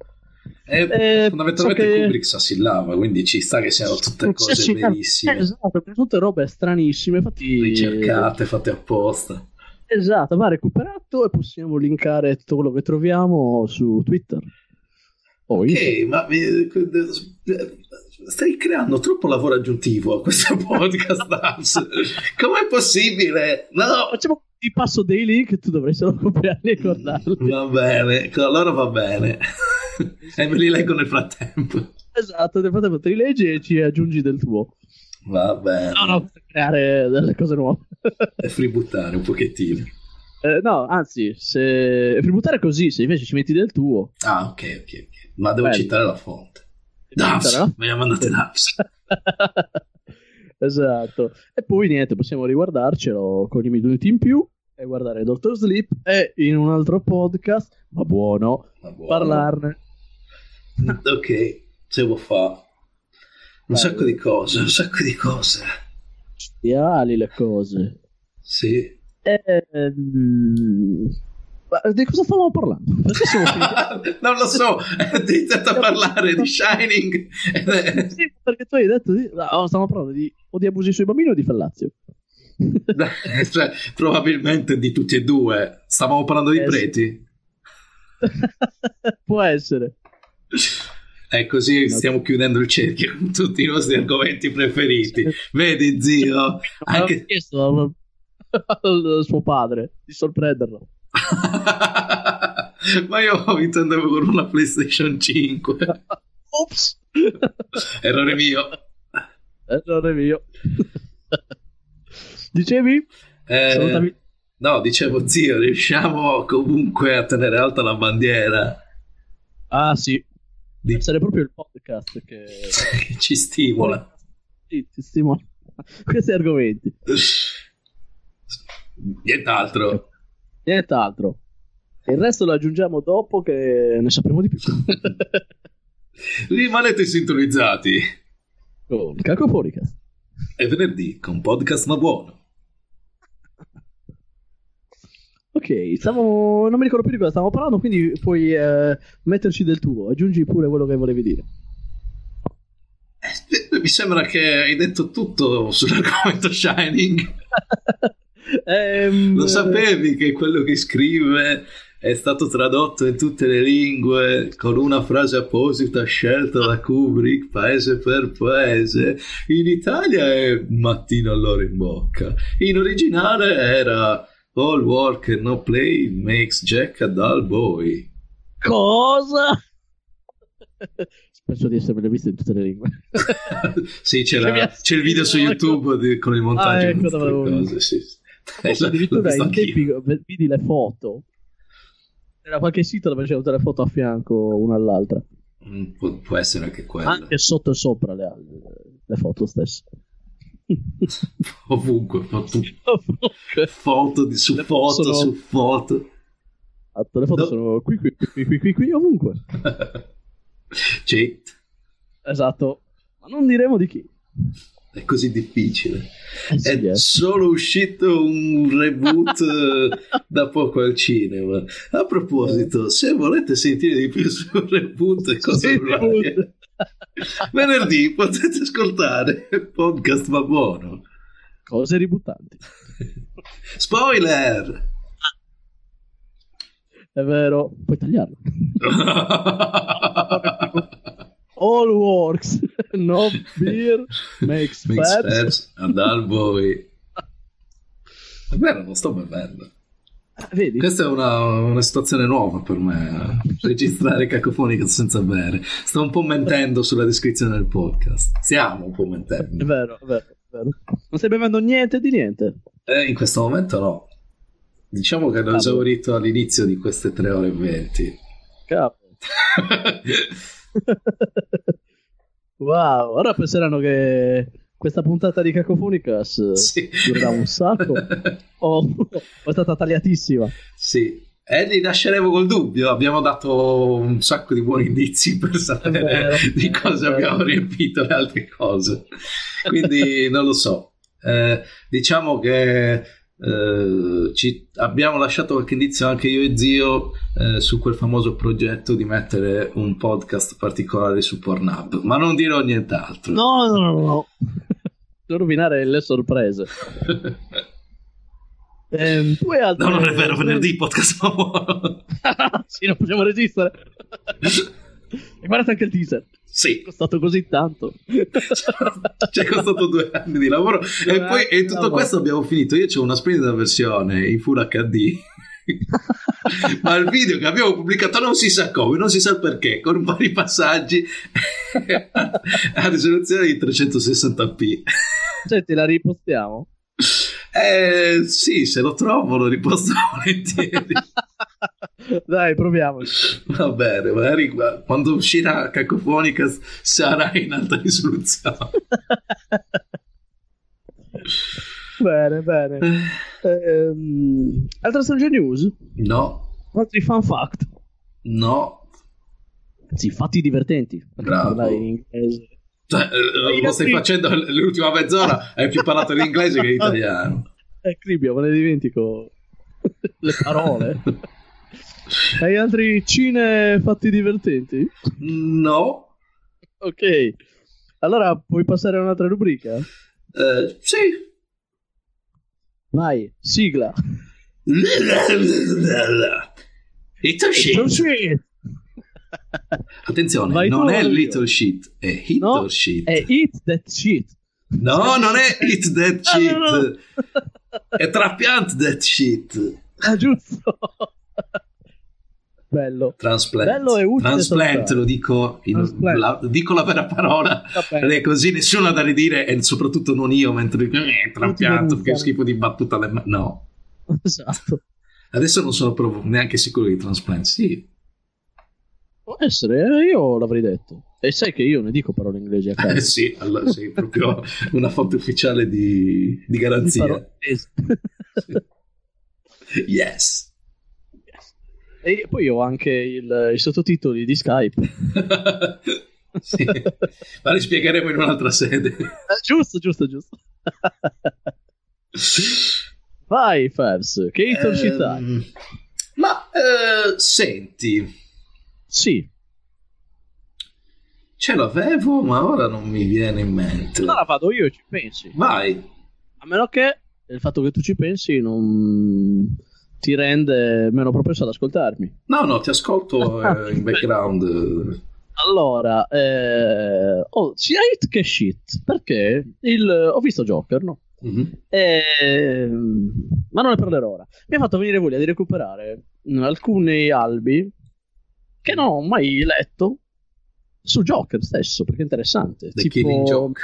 Eh, Eh, fondamentalmente penso che- Kubrick sasillava, quindi ci sta che siano Cioè, tutte cose Sì, sì, eh, verissime, Esatto, perché sono tutte robe stranissime, infatti ricercate, fatte apposta. Esatto, va recuperato e possiamo linkare tutto quello che troviamo su Twitter. O Instagram. Ok, ma eh, stai creando troppo lavoro aggiuntivo a questo podcast. Dams. Com'è possibile? No, Facciamo ti passo dei link tu dovrai solo copiare e ricordarli. va bene, allora va bene. E me li leggo nel frattempo. Esatto, nel frattempo te li leggi e ci aggiungi del tuo. Va bene, No, no, per creare delle cose nuove. e fributtare un pochettino. Eh, no, anzi, se tributare così, se invece ci metti del tuo. Ah, ok, ok, ok. Ma devo Bello. citare la fonte. sarà- Dams, me li ha mandati Dams. esatto. E poi niente, possiamo riguardarcelo con i minuti in più e guardare Doctor Sleep e in un altro podcast, ma buono, Ma buono. parlarne. Ok, se vuoi fa. Un Vai. sacco di cose, un sacco di cose. Ideali le cose. Sì. Ehm, ma di cosa stavamo parlando? Perché siamo finiti? non lo so, ho iniziato a parlare di Shining. Sì, perché tu hai detto di... no, stiamo parlando di o di abusi sui bambini o di fellazio. Cioè, probabilmente di tutti e due. Stavamo parlando di Eh, sì. preti. Può essere. E così stiamo chiudendo il cerchio con tutti i nostri argomenti preferiti. Vedi, zio? Aveva Anche... chiesto al, al suo padre di sorprenderlo. Ma io intendevo con una PlayStation 5. Ops! Errore mio. Errore mio. Dicevi? Eh, Salutami. no, dicevo, zio, riusciamo comunque a tenere alta la bandiera. Ah sì. Di- Deve essere proprio il podcast che che ci stimola. Sì, ti stimola. Questi argomenti. Nient'altro. Nient'altro. Il resto lo aggiungiamo dopo che ne sapremo di più. Rimanete sintonizzati. Con Cacofonica. È venerdì con podcast ma buono. Ok, stavo... non mi ricordo più di cosa stavamo parlando, quindi puoi eh, metterci del tuo, aggiungi pure quello che volevi dire. Eh, Mi sembra che hai detto tutto sull'argomento Shining. Ehm, Lo sapevi che quello che scrive è stato tradotto in tutte le lingue con una frase apposita scelta da Kubrick paese per paese. In Italia è mattino all'ora in bocca. In originale era All work and no play makes Jack a dull boy. Cosa? Penso di essermele viste in tutte le lingue. sì, Che mi c'era, ha- c'è il video su YouTube di- con il montaggio Ah, di ecco tutte le dove l'avevo cose, sì. Eh, l'ho- l'ho Addirittura visto in anch'io. tempi v- vidi le foto. C'era qualche sito dove c'erano tutte le foto a fianco una all'altra, Mm, Può, può essere anche quello. anche sotto e sopra le, le foto stesse. Ovunque, fa tu- foto di, su Le foto possono- su foto. Esatto, le foto No. sono qui, qui, qui, qui, qui, qui, qui, ovunque. Cioè, Esatto, ma non diremo di chi. è così difficile. Eh sì, È eh. solo uscito un reboot eh, da poco al cinema. A proposito, se volete sentire di più sul reboot e cose Eh. Sì, varie, reboot. venerdì potete ascoltare il podcast va buono. Cose ributtanti. Spoiler! È vero, puoi tagliarlo. All works, no beer makes, Mix fat. Fabs, Andal Boy. È vero, non sto bevendo. Vedi? Questa è una, una situazione nuova per me, eh. registrare cacofonica senza bere. Sto un po' mentendo sulla descrizione del podcast. Stiamo un po' È mentendo. vero, è vero, è vero. Non stai bevendo niente di niente. Eh, in questo momento no. Diciamo che l'ho Cavolo. esaurito all'inizio di queste 3 ore e 20. Eh, Cavolo. Wow, allora penseranno che questa puntata di Cacofonicas Sì. durerà un sacco. o o è stata tagliatissima. Sì. E li lasceremo col dubbio, abbiamo dato un sacco di buoni indizi per sapere vero, di è cosa vero. abbiamo riempito le altre cose. Quindi non lo so. Eh, diciamo che eh, ci abbiamo lasciato qualche indizio anche io e zio eh, su quel famoso progetto di mettere un podcast particolare su Pornhub, ma non dirò nient'altro. No, no, no, no. Non rovinare le sorprese. Ehm, poi altre... No, non è vero, venerdì podcast famoso. sì, non possiamo resistere. e guardate anche il teaser. È sì. costato così tanto. Ci è costato due anni di lavoro Cioè, e poi e tutto questo abbiamo finito. Io c'ho una splendida versione in Full HD, ma il video che abbiamo pubblicato non si sa come, non si sa perché, con vari passaggi a risoluzione di 360p. Senti, la ripostiamo. Eh sì, se lo trovo lo riposto volentieri. Dai, proviamoci. Va bene, magari qua- quando uscirà Cacofonica sarà in alta risoluzione. bene, bene. Ehm, altra strange news. No, Altri fun fact. no, Anzi, fatti divertenti. Bravo. Dai, in inglese. Cioè, eh, lo stai facendo l- l'ultima mezz'ora, hai più parlato l'inglese che l'italiano. È cribbio, Eh, me ne dimentico le parole. Hai altri cine fatti divertenti? No, Ok. Allora puoi passare a un'altra rubrica? Eh, sì. Vai, sigla. Little Little shit. shit. Attenzione, Vai tu, non è vado io. little shit, è hit No, or shit. È Eat That Shit. No, non è hit that Ah, shit, no, no. è trapiant that shit. Ah, giusto. Bello. Transplant. Bello e utile Transplant, soltanto. lo dico, in- Transplant. Eh. la- dico la vera parola. Va bene. Perché così nessuno ha da ridire e soprattutto non io mentre dico eh, trampianto denunciano. che schifo di battuta alle ma- no Esatto. adesso non sono proprio neanche sicuro di transplant sì Può essere, eh, io l'avrei detto. E sai che io ne dico parole inglesi a Eh, caso. sì allora sei proprio una fonte ufficiale di, di Di garanzia parole inglesi. eh. yes E poi ho anche il- i sottotitoli di Skype. Sì. ma li spiegheremo in un'altra sede Eh, giusto, giusto, giusto. Vai, Fabs, che hit or shit hai? Ehm, ma eh, senti Sì, ce l'avevo ma ora non mi viene in mente allora vado io e ci pensi. vai A meno che il fatto che tu ci pensi non ti rende meno propenso ad ascoltarmi. No, no, ti ascolto eh, in background. Allora, eh, oh, sia hit che shit, perché il- ho visto Joker, no? Mhm. Ehm, ma non ne parlerò ora. Mi ha fatto venire voglia di recuperare mh, alcuni albi che non ho mai letto su Joker stesso, perché è interessante. The tipo Killing Joke.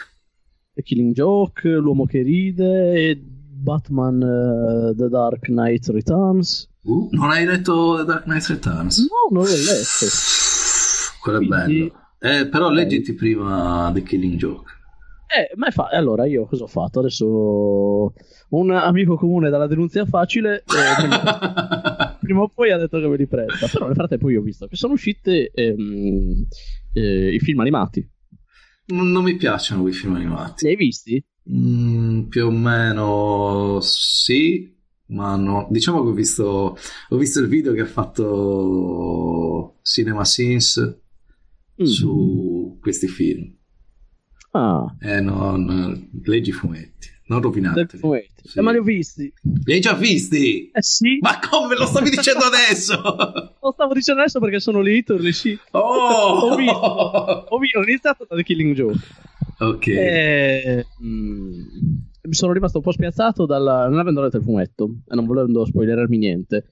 The Killing Joke, L'uomo che ride e Batman eh, The Dark Knight Returns. Uh, non hai letto The Dark Knight Returns? No, non l'ho letto. Quello è Mm. Quindi- bello. Eh, però Ok. leggiti prima The Killing Joke. Eh, ma fa- allora io cosa ho fatto? Adesso un amico comune dalla denunzia facile eh, prima o poi ha detto che me li presta. Però nel frattempo io ho visto che sono uscite ehm, eh, i film animati. non, non mi piacciono quei film animati. Li hai visti? Mm, più o meno sì, ma no. Diciamo che ho visto, ho visto il video che ha fatto Cinema Sins Mm. su questi film. Ah, Eh, no, no, leggi i fumetti, non del rovinateli. fumetti. Ah, Sì. Eh, ma li ho visti. Li hai già visti? Eh sì, Ma come lo stavi dicendo adesso? lo stavo dicendo adesso perché sono lì, torni sì. Ho Oh! Ho, vi- Eh. ho iniziato da The Killing Joke. ok. E, mm, mi sono rimasto un po' spiazzato dalla, non avendo letto il fumetto e non volendo spoilerarmi niente.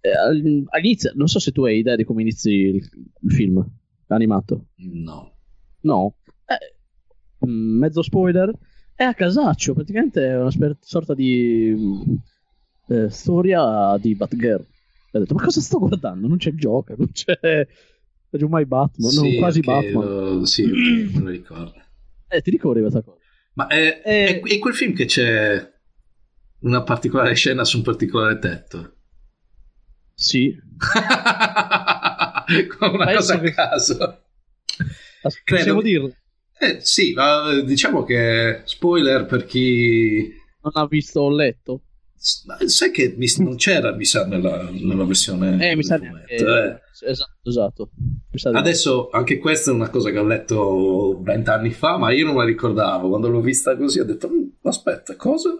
Eh, all- All'inizio, non so se tu hai idea di come inizi il, il film animato. No. No, Eh, mm, mezzo spoiler. È a casaccio, praticamente è una sper- sorta di mm, eh, storia di Batgirl. E Ho detto, ma cosa sto guardando? Non c'è Joker, non c'è giù mai Batman, Sì, non quasi ok, Batman. lo- sì, ok, me lo ricordo. Eh, ti ricordi questa cosa? Ma è, è- Eh. è quel film che c'è una particolare scena su un particolare tetto. Sì, Come una Penso cosa a che- caso. As- Credo possiamo che- dirlo. Eh, sì, ma diciamo che spoiler per chi... Non ha visto o letto? Ma Sai che mi- non c'era, mi sa, nella, nella versione... Eh, mi del sa fumetto, neanche... eh. Esatto, esatto. Mi sa di- Adesso anche questa è una cosa che ho letto vent'anni fa, ma io non la ricordavo. Quando l'ho vista così ho detto, "Mm, aspetta, cosa?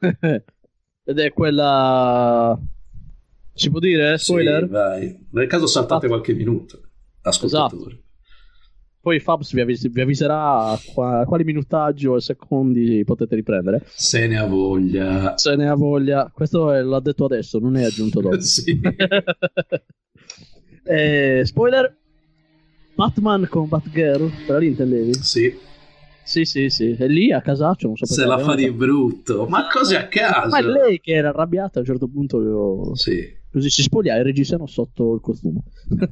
Ed è quella... Si può dire? eh, Spoiler? Ah. Sì, vai. Nel caso saltate qualche minuto, ascoltatori. Esatto. Poi Fabs vi, avvis- vi avviserà a qua- quali minutaggio e secondi potete riprendere. Se ne ha voglia. Se ne ha voglia. Questo è- l'ha detto adesso, non è aggiunto dopo. Sì. Eh, spoiler. Batman con Batgirl, quella lì intendevi? Sì. Sì, sì, sì. È lì a casaccio, non so perché. Se la abbiamo- fa di brutto. Ah. Ma cose a caso. Ma è lei che era arrabbiata a un certo punto. io- Sì. Così si spoglia e registrano sotto il costume.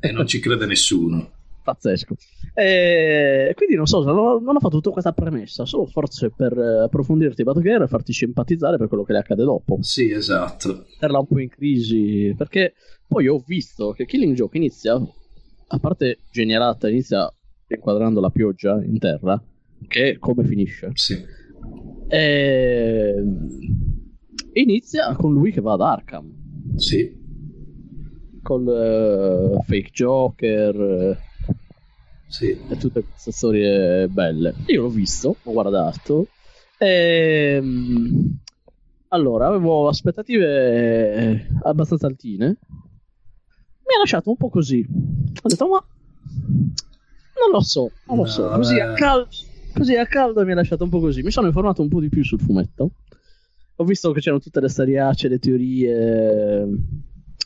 E non ci crede nessuno. Pazzesco. E quindi non so, non ho, non ho fatto tutta questa premessa, solo forse per eh, approfondirti Batgirl e farti simpatizzare per quello che le accade dopo. Sì, esatto. metterla un po' in crisi. Perché poi ho visto che Killing Joke inizia, a parte generata, inizia inquadrando la pioggia in terra, che è come finisce. Sì. E inizia con lui che va ad Arkham, Sì. col eh, fake Joker eh, Sì. e tutte queste storie belle. Io l'ho visto, ho guardato. Ehm, allora, avevo aspettative eh, abbastanza altine. Mi ha lasciato un po' così. Ho detto, ma non lo so, non lo No, so. Così a, eh. cal- così a caldo mi ha lasciato un po' così. Mi sono informato un po' di più sul fumetto. Ho visto che c'erano tutte le storiacce, le teorie.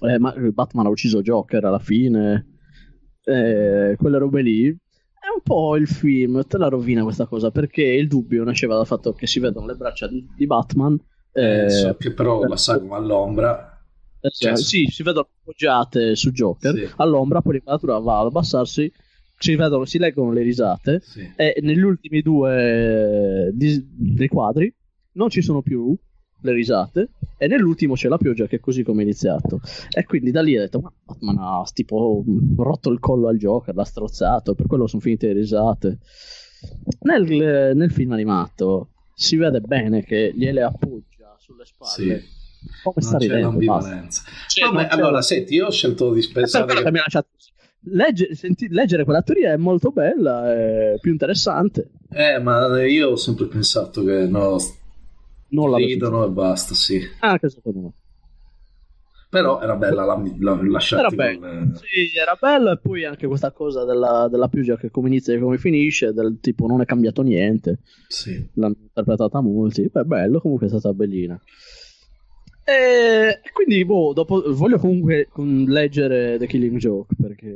eh, ma Batman ha ucciso Joker alla fine. eh, quelle robe lì. È un po' il film, te la rovina questa cosa, perché il dubbio nasceva dal fatto che si vedono le braccia di, di Batman. eh, Eh, so che però la sagoma all'ombra. eh, cioè, sì, si vedono appoggiate su Joker, Sì. all'ombra, poi l'inquadratura va ad abbassarsi, si, vedono, si leggono le risate, Sì. e Eh, negli ultimi due dis- dei quadri non ci sono più le risate e nell'ultimo c'è la pioggia che è così come è iniziato e quindi da lì ho detto ma Batman ha tipo rotto il collo al Joker l'ha strozzato per quello sono finite le risate nel, nel film animato si vede bene che gliele appoggia sulle spalle Sì. come sta Non c'è ridendo basta. Eh, l'ambivalenza. Cioè, non Vabbè, c'è- allora, senti, io ho scelto di è per pensare quello che che mi ha lasciato così. Legge- senti- leggere quella teoria è molto bella è più interessante Eh, ma io ho sempre pensato che no, non la ridono e basta, sì. anche secondo me Però era bella la, la, lasciati era bello, con, eh, sì, era bello. E poi anche questa cosa della, della pioggia che come inizia e come finisce, del tipo non è cambiato niente, sì. l'hanno interpretata molti. Beh, bello, comunque è stata bellina. E quindi, boh, dopo, voglio comunque con- leggere The Killing Joke perché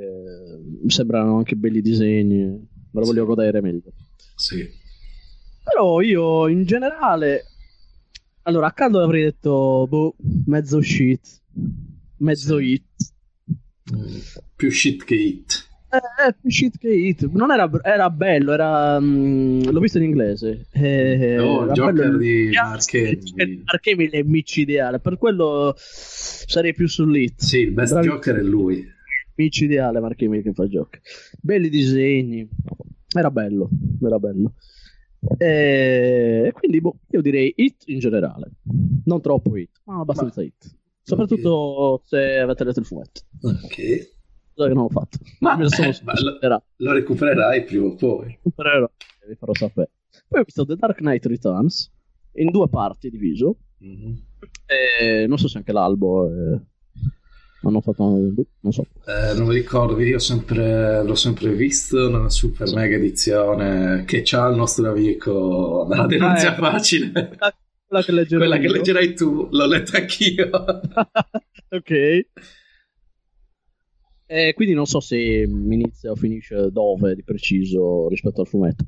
mi sembrano anche belli disegni, me lo voglio godere meglio. Sì. Però io in generale, allora a caldo avrei detto, boh, mezzo shit, mezzo Sì. hit. Mm, Più shit che hit. Eh, eh, più shit che hit. Non era, br- era bello, era, mm, l'ho visto in inglese. Eh, Oh, il era Joker bello- di Cazzo, Mark il Hamill. Mark Hamill è il mic ideale, per quello sarei più sull'hit. Sì, il best Bravi- Joker è lui. Mic ideale Mark Hamill che fa giochi. Belli disegni, era bello, era bello. E quindi boh, io direi hit in generale, non troppo hit, ma abbastanza hit. Soprattutto se avete letto il fumetto, Ok. cosa che non ho fatto. Ma- Me lo sono eh, ma lo- superato. Lo recupererai prima o poi. supereroe, vi farò sapere. Poi ho visto The Dark Knight Returns in due parti diviso. Mhm. E non so se anche l'albo eh, hanno fatto non so. Eh, non mi ricordo, io ho sempre- l'ho sempre visto nella super Sì. mega edizione che c'ha il nostro amico dalla denunzia eh. facile. Quella che leggerò Quella che io. leggerai tu, l'ho letta anch'io. ok. E quindi non so se mm, inizia o finisce dove di preciso rispetto al fumetto.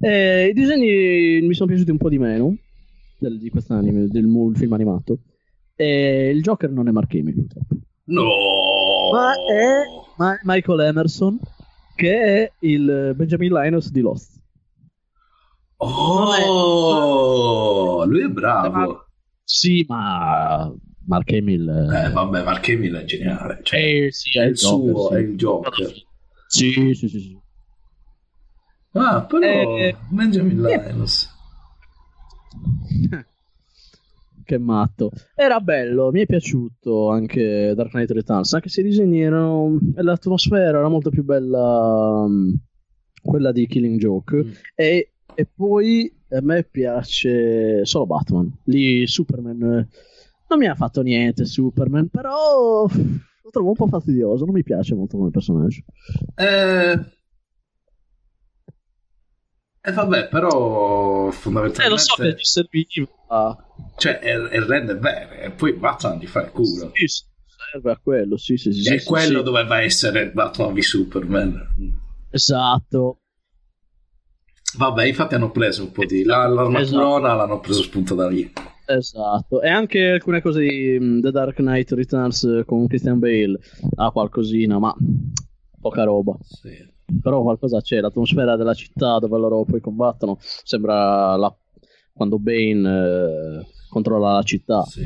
Eh, I disegni mi sono piaciuti un po' di meno del, di quest'anime, del mu- film Eh, animato. E il Joker non è Mark Hamill, purtroppo. No, Ma è- Ma- Michael Emerson, che è il Benjamin Linus di Lost. Oh, lui è bravo. Sì, ma Mark Hamill... Eh, vabbè, Mark Hamill è geniale. Cioè, eh, sì, è il Joker, suo, sì. è il Joker. Sì, sì, sì, sì. Ah, però Eh, Benjamin eh. Linus. Che matto. Era bello, mi è piaciuto anche Dark Knight Returns, anche se i disegni erano... l'atmosfera era molto più bella um, quella di Killing Joke. Mm. E, e poi a me piace solo Batman. Lì Superman eh, non mi ha fatto niente Superman, però lo trovo un po' fastidioso, non mi piace molto come personaggio. Eh, eh, vabbè, però fondamentalmente... Eh, lo so che gli serviva. Cioè, il il Red è vero, e poi Batman gli fa il culo. Sì, sì, serve a quello, sì, sì, sì. sì, e sì, quello sì. doveva essere il Batman di Superman. Esatto. Vabbè, infatti hanno preso un po' di... La, l'armaturona l'hanno preso spunto da lì. Esatto, e anche alcune cose di mm, The Dark Knight Returns eh, con Christian Bale ha qualcosina, ma poca roba. Sì. Però qualcosa c'è, l'atmosfera della città dove loro poi combattono, sembra la- quando Bane eh, controlla la città. Sì.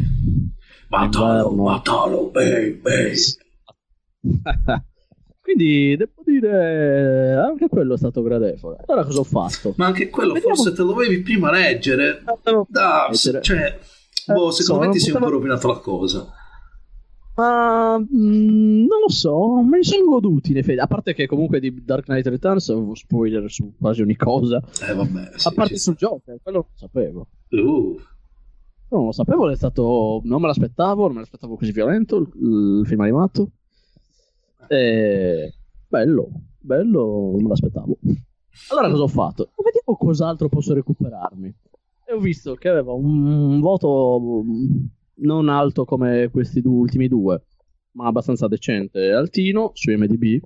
Matalo, Inverno. matalo, baby, baby. Quindi devo dire, eh, anche quello è stato gradevole. Allora cosa ho fatto? Ma anche quello Vediamo- forse te lo dovevi prima leggere. Da, Leggere. cioè, boh, Eh, secondo so, me ti sei un po' potevo- rovinato la cosa. Ma mm, non lo so, me li sono goduti in effetti. A parte che comunque di Dark Knight Returns avevo spoiler su quasi ogni cosa. Eh, vabbè. sì, a parte ci sul Joker, quello non lo sapevo. sta. Uh, Non lo sapevo, è stato. Non me l'aspettavo, non me l'aspettavo così violento. Il, il film animato. E... Bello, bello, non me l'aspettavo. Allora cosa ho fatto? Vediamo cos'altro posso recuperarmi. E ho visto che aveva un voto mm, non alto come questi due, ultimi due, ma abbastanza decente e altino su MDB.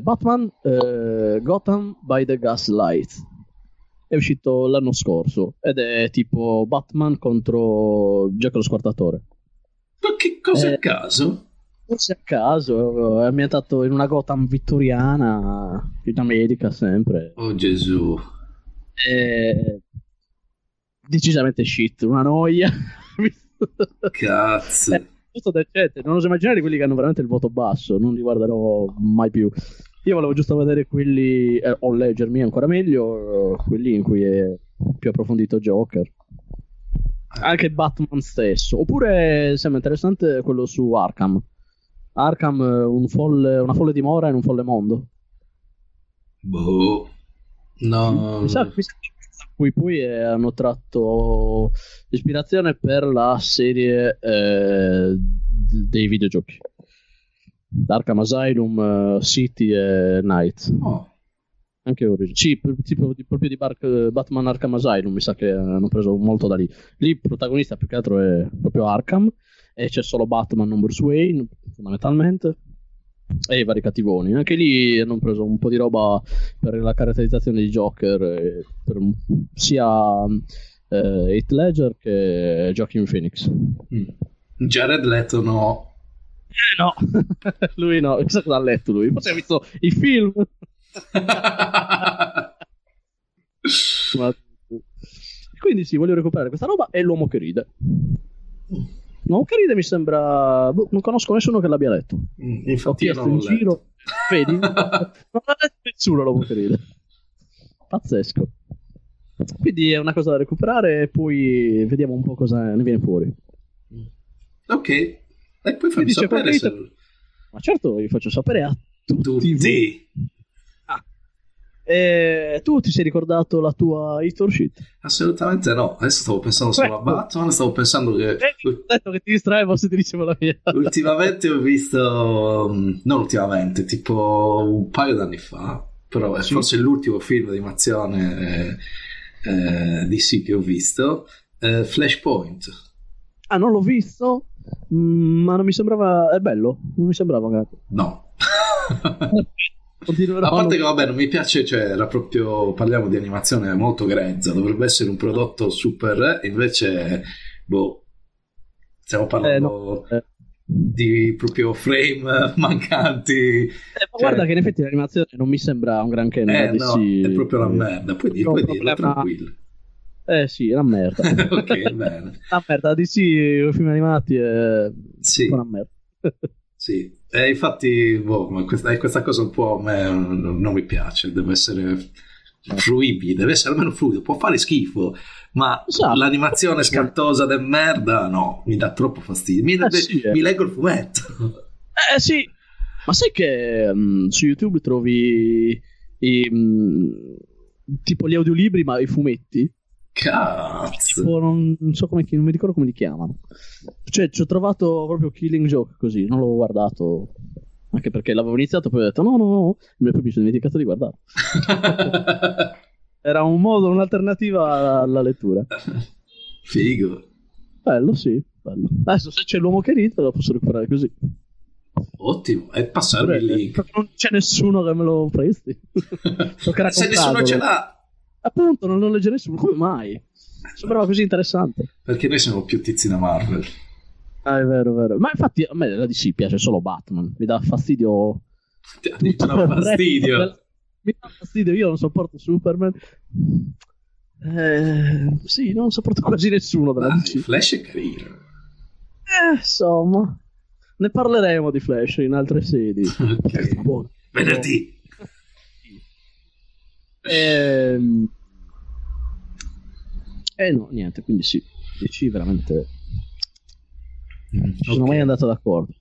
Batman eh, Gotham by the Gaslight è uscito l'anno scorso ed è tipo Batman contro Jack lo squartatore. ma che cosa a Eh. caso? Non a caso, è ambientato in una Gotham vittoriana, in America sempre. Oh Gesù. È Eh, decisamente shit, una noia. Cazzo. Eh, Tutto decente, non oso immaginare quelli che hanno veramente il voto basso, non li guarderò mai più. Io volevo giusto vedere quelli, eh, o leggermi ancora meglio, eh, quelli in cui è più approfondito Joker. Anche Batman stesso. Oppure sembra interessante quello su Arkham. Arkham, eh, un folle- una folle dimora in un folle mondo. Boh. No. Mi sa, mi sa che da qui poi eh, hanno tratto ispirazione per la serie eh, d- dei videogiochi. Arkham Asylum, eh, City e Night. No. Anche Origin. Sì, pr- tipo di- proprio di Bark- Batman Arkham Asylum, mi sa che hanno preso molto da lì. Lì il protagonista più che altro è proprio Arkham e c'è solo Batman, non Bruce Wayne, fondamentalmente. E i vari cattivoni. Anche lì hanno preso un po' di roba per la caratterizzazione di Joker, eh, per un- sia eh, Heath Ledger che Joaquin Phoenix. Mm. Jared Leto no. Eh no, lui no, chissà cosa ha letto lui, forse ha visto i film. Ma- Quindi sì, voglio recuperare questa roba e l'uomo che ride. Mm, L'uomo che ride mi sembra... boh, non conosco nessuno che l'abbia letto. Mm, Ho Infatti io chiesto non in l'ho letto. giro, vedi? non l'ha letto nessuno l'uomo che ride. Pazzesco. Quindi è una cosa da recuperare e poi vediamo un po' cosa ne viene fuori. Ok. E poi fammi Quindi c'è sapere se... Ma certo vi faccio sapere a tutti. voi. Tutti. Eh, tu ti sei ricordato la tua history sheet? Assolutamente no. Adesso stavo pensando solo a Ecco. Batman, stavo pensando che... ho detto che ti distraevo se ti dicevo la mia. Ultimamente ho visto, mm, non ultimamente, tipo un paio d'anni fa, però è Sì. forse l'ultimo film di animazione eh, DC che ho visto, eh, Flashpoint. Ah, non l'ho visto, mm, ma non mi sembrava. È bello, non mi sembrava. cazzo. No. Continuerò A parte che non- vabbè non mi piace, cioè era proprio, parliamo di animazione molto grezza, dovrebbe essere un prodotto super, eh, invece, boh, stiamo parlando Eh, di proprio frame mancanti. Eh, ma guarda che in effetti l'animazione non mi sembra un granché. non Eh, la no, dissi- è proprio una merda. Puoi, dir- Ho un puoi dirlo problema- tranquillo. Eh sì, è una merda. ok, bene. Una merda, DC, i film animati è Sì. una merda. Sì, e infatti boh, ma questa, questa cosa un po' a me non, non mi piace, deve essere fruibile, deve essere almeno fluido, può fare schifo, ma Esatto. l'animazione scartosa del merda no, mi dà troppo fastidio, mi, Eh, sì, eh. mi leggo il fumetto. Eh sì, ma sai che mm, su YouTube trovi i, mm, tipo gli audiolibri, ma i fumetti? Cazzo. Tipo, non, non so come, chi- non mi ricordo come li chiamano. Cioè, ci ho trovato proprio Killing Joke così, non l'ho guardato. Anche perché l'avevo iniziato, poi ho detto no, no, no, e poi mi sono dimenticato di guardarlo. Era un modo, un'alternativa alla, alla lettura. Figo. Bello, sì, bello. Adesso se c'è l'uomo che ride, lo posso recuperare così. Ottimo, e passarmi il link. Perché Non c'è nessuno che me lo presti. Toccherà Se nessuno comprarlo. ce l'ha, Appunto, non lo legge nessuno, come mai? Sembrava così interessante. perché noi siamo più tizi da Marvel. Ah, è vero, è vero. Ma infatti a me la DC piace solo Batman. Mi dà fastidio. Ti ha detto il no, resto fastidio. del- Mi dà fastidio, io non sopporto Superman. Eh, sì, non sopporto quasi nessuno della Dai, DC. Ah, Flash è carino. Eh, insomma, ne parleremo di Flash in altre sedi. Ok. Buono. Venerdì. Ehm, Eh no, niente, quindi sì, DC veramente non sono Ok. mai andato d'accordo.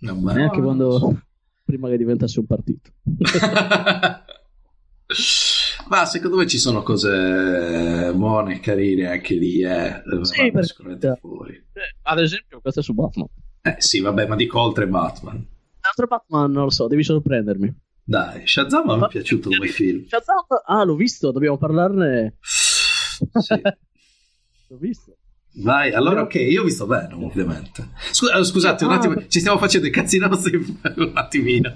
No, ma- Neanche quando prima che diventasse un partito. Ma secondo me ci sono cose buone e carine anche lì, eh. Sì, Vanno per sicuramente carità. fuori. Ad esempio, questa è su Batman. Eh sì, vabbè, ma dico oltre Batman. L'altro Batman non lo so, devi sorprendermi. Dai, Shazam mi è Ma- piaciuto come film. Shazam! Ah, l'ho visto, dobbiamo parlarne. Sì. L'ho visto. Vai, allora ok, io vi sto bene, ovviamente. Scu- eh, scusate, un Ah, attimo, beh. ci stiamo facendo i cazzi nostri un attimino.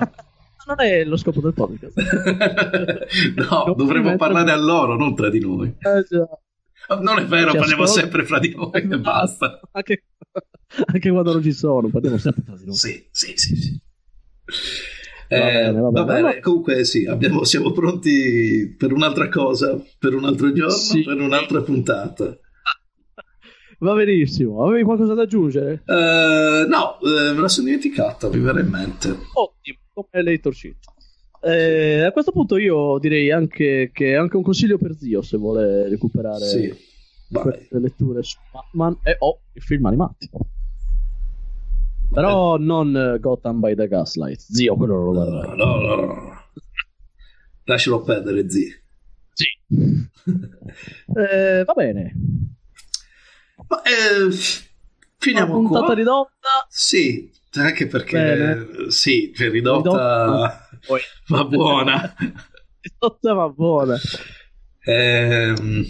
Non è lo scopo del podcast. no, dovremmo mettere- parlare a loro, non tra di noi. Eh, già. Non è vero, Ci parliamo ascolta- sempre fra di noi e basta. Anche, anche quando non ci sono, parliamo sempre tra di noi. Sì, sì, sì. sì. Va Eh, bene, va va bene. bene, comunque sì, abbiamo- siamo pronti per un'altra cosa, per un altro giorno, Sì. per un'altra puntata. Va benissimo. Avevi qualcosa da aggiungere? Eh, no, eh, me la sono dimenticata, mi verrà in mente. Ottimo, come lei torcito. Eh, a questo punto io direi anche che è anche un consiglio per zio se vuole recuperare Sì, vai. queste letture su Batman e o i film animati. Però non eh, Gotham by the Gaslight, zio, quello non lo No, guarda. no, no, no. Lascialo perdere, zio. Sì. Eh, va bene. Ma eh, finiamo Una puntata qua. ridotta. Sì, anche perché Bene. sì, cioè ridotta, Ridotta. Poi ma buona. ridotta ma buona. Ehm,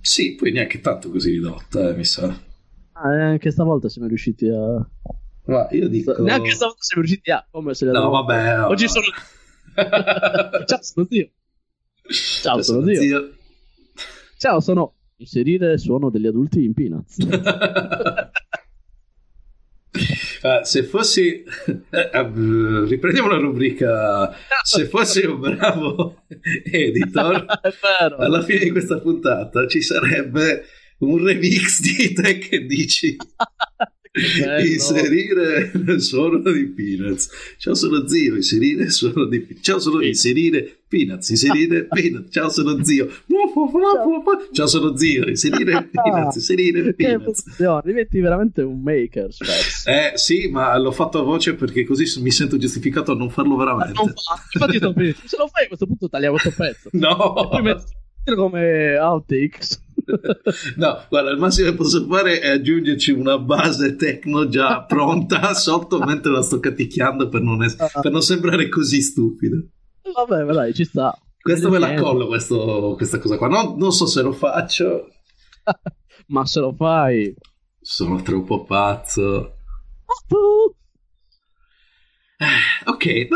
sì, poi neanche tanto così ridotta, eh, mi sa. Ah, anche stavolta siamo riusciti a Ma io dico... neanche stavolta siamo riusciti a come se le Ecco. No, abbiamo- vabbè. no. Oggi sono Ciao, sono zio. Ciao, sono zio. Ciao, sono inserire il suono degli adulti in Peanuts. Ah, se fossi... eh, eh, Riprendiamo la rubrica... Se fossi un bravo editor, È vero. alla fine di questa puntata ci sarebbe un remix di te che dici... Che bello. inserire il suono di Peanuts. Ciao, sono zio. Inserire il suono di Peanuts. Ciao, sono Peanuts. inserire Peanuts. Inserire Peanuts. Ciao, sono zio. Ciao, sono zio. Inserire Peanuts. Inserire Che Peanuts. emozione, diventi veramente un maker spesso. Eh sì, ma l'ho fatto a voce perché così mi sento giustificato a non farlo Ma non veramente. fa- Infatti, sto per dire, se lo fai a questo punto tagliamo questo pezzo. No, Poi metti come outtakes. no, guarda, il massimo che posso fare è aggiungerci una base techno già pronta sotto mentre la sto caticchiando per non, es- per non sembrare così stupido. Vabbè, ma dai, ci sta. Questo me la Niente. collo, questo- questa cosa qua. Non, non so se lo faccio, Ma se lo fai... sono troppo pazzo. Ok, eh,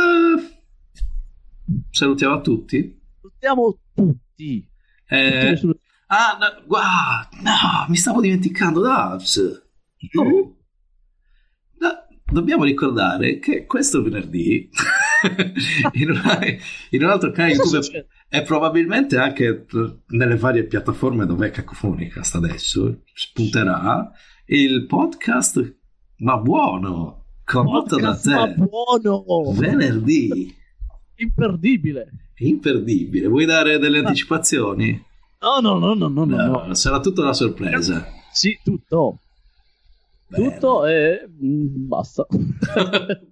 salutiamo a tutti. Salutiamo tutti. Tutti Eh, nessuno- ah, no, gua- no, mi stavo dimenticando, Dabs. Oh. dobbiamo ricordare che questo venerdì in, una- in un altro canale Cosa YouTube succede? e probabilmente anche tr- nelle varie piattaforme dove è cacofonica sta adesso spunterà il podcast ma buono condotto Podcast da ma te buono! venerdì Imperdibile! imperdibile vuoi dare delle anticipazioni? No, no, no, no, no, no. Ah. no. Eh, sarà tutta una sorpresa Sì, tutto. Bene. Tutto e mm, basta.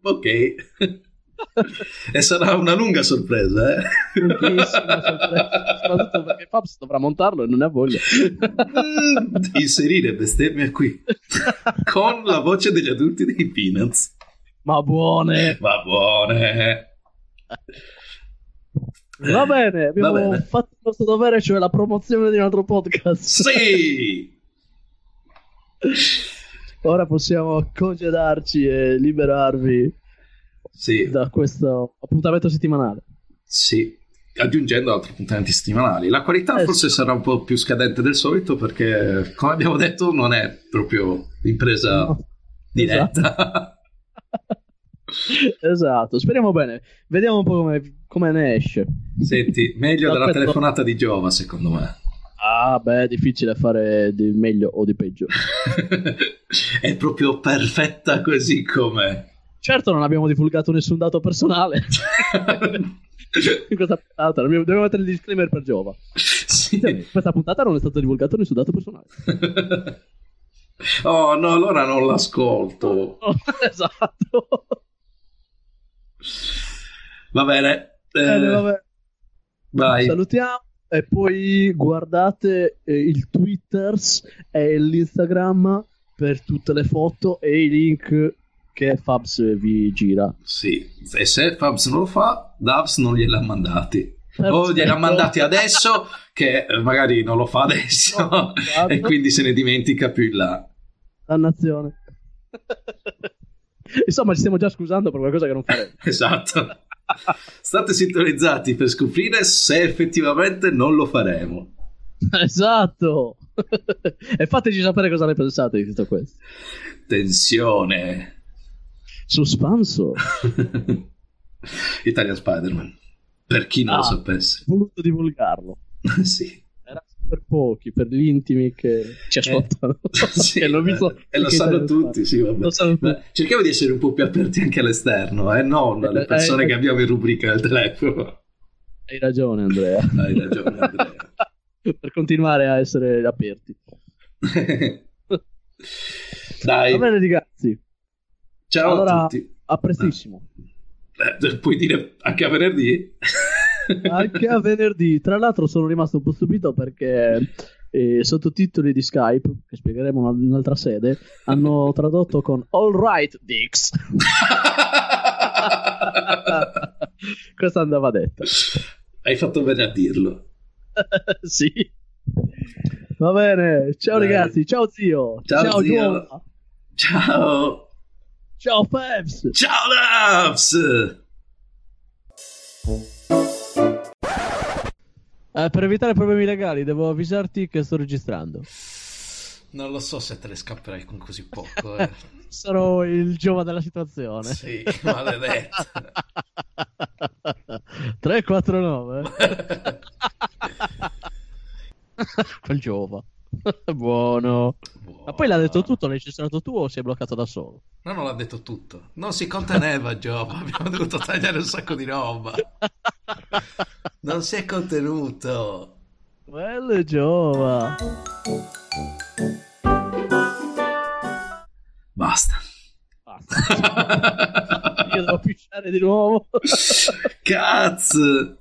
ok e sarà una lunga sorpresa eh? Lunghissima sorpresa, Soprattutto perché Fabs dovrà montarlo e non ne ha voglia. Mm, inserire bestemmia qui con la voce degli adulti dei Peanuts Ma buone! Va buone. Va bene, abbiamo bene. fatto il nostro dovere, cioè la promozione di un altro podcast. Sì. Ora possiamo congedarci e liberarvi Sì, da questo appuntamento settimanale. sì. Aggiungendo altri appuntamenti settimanali. La qualità Eh, forse sarà un po' più scadente del solito perché, come abbiamo detto, non è proprio impresa No. diretta. Esatto, speriamo bene. Vediamo un po' come, come ne esce. Senti, meglio della Aspetta. telefonata di Giova, secondo me. Ah, beh, è difficile fare di meglio o di peggio. è proprio perfetta così com'è. Certo, non abbiamo divulgato nessun dato personale in questa puntata. Dobbiamo dobbiamo mettere il disclaimer per Giova. sì. In questa puntata non è stato divulgato nessun dato personale. Oh no, allora non l'ascolto. Oh, esatto. Va bene. eh, Bene, vabbè. vai. Salutiamo. E poi guardate eh, il Twitters e l'Instagram per tutte le foto e i link che Fabs vi Oh, gira. Sì. E se Fabs non lo fa, Davs non gliel'ha mandati. O gliel'ha Perfetto. mandati adesso, che eh, magari non lo fa adesso, No, esatto. e quindi se ne dimentica più in là. Dannazione. Insomma, ci stiamo già scusando per qualcosa che non faremo. Esatto. State sintonizzati per scoprire se effettivamente non lo faremo. esatto. e fateci sapere cosa ne pensate di tutto questo. Tensione. Suspenso. Italian Spider-Man. Per chi non Ah. lo sapesse. Voluto divulgarlo. sì. Era per pochi, per gli intimi che ci ascoltano. Eh. Sì, eh, Che l'ho visto- e lo che sanno Italian tutti, sì, vabbè. Lo sanno tutti. Beh, cerchiamo di essere un po' più aperti anche all'esterno, eh? non alle Eh, persone eh, che abbiamo in rubrica al telefono. Hai ragione, Andrea. Hai ragione, Andrea. per continuare a essere aperti. Dai, Va bene, ragazzi. ciao allora- a tutti. A prestissimo. Eh, puoi dire anche a venerdì? Anche a venerdì. Tra l'altro, sono rimasto un po' stupito perché eh, i sottotitoli di Skype, che spiegheremo una- in un'altra sede, hanno tradotto con All right, Dix. Questa andava detta. Hai fatto bene a dirlo. sì. Va bene. Ciao, Dai. ragazzi. Ciao, zio. Ciao, zio. Giova. Ciao, Ciao, Fabs. ciao Labs! Eh, per evitare problemi legali, devo avvisarti che sto registrando. Non lo so se te le scapperai con così poco. eh. Sarò il giova della situazione. Sì, maledetto. 349. Quel giova. Buono. Ma poi l'ha detto tutto, l'hai censurato tu o sei bloccato da solo? No, non l'ha detto tutto. Non si conteneva Giova, abbiamo dovuto tagliare un sacco di roba. Non si è contenuto. Quel giova. Basta. Basta. Io devo pisciare di nuovo. Cazzo.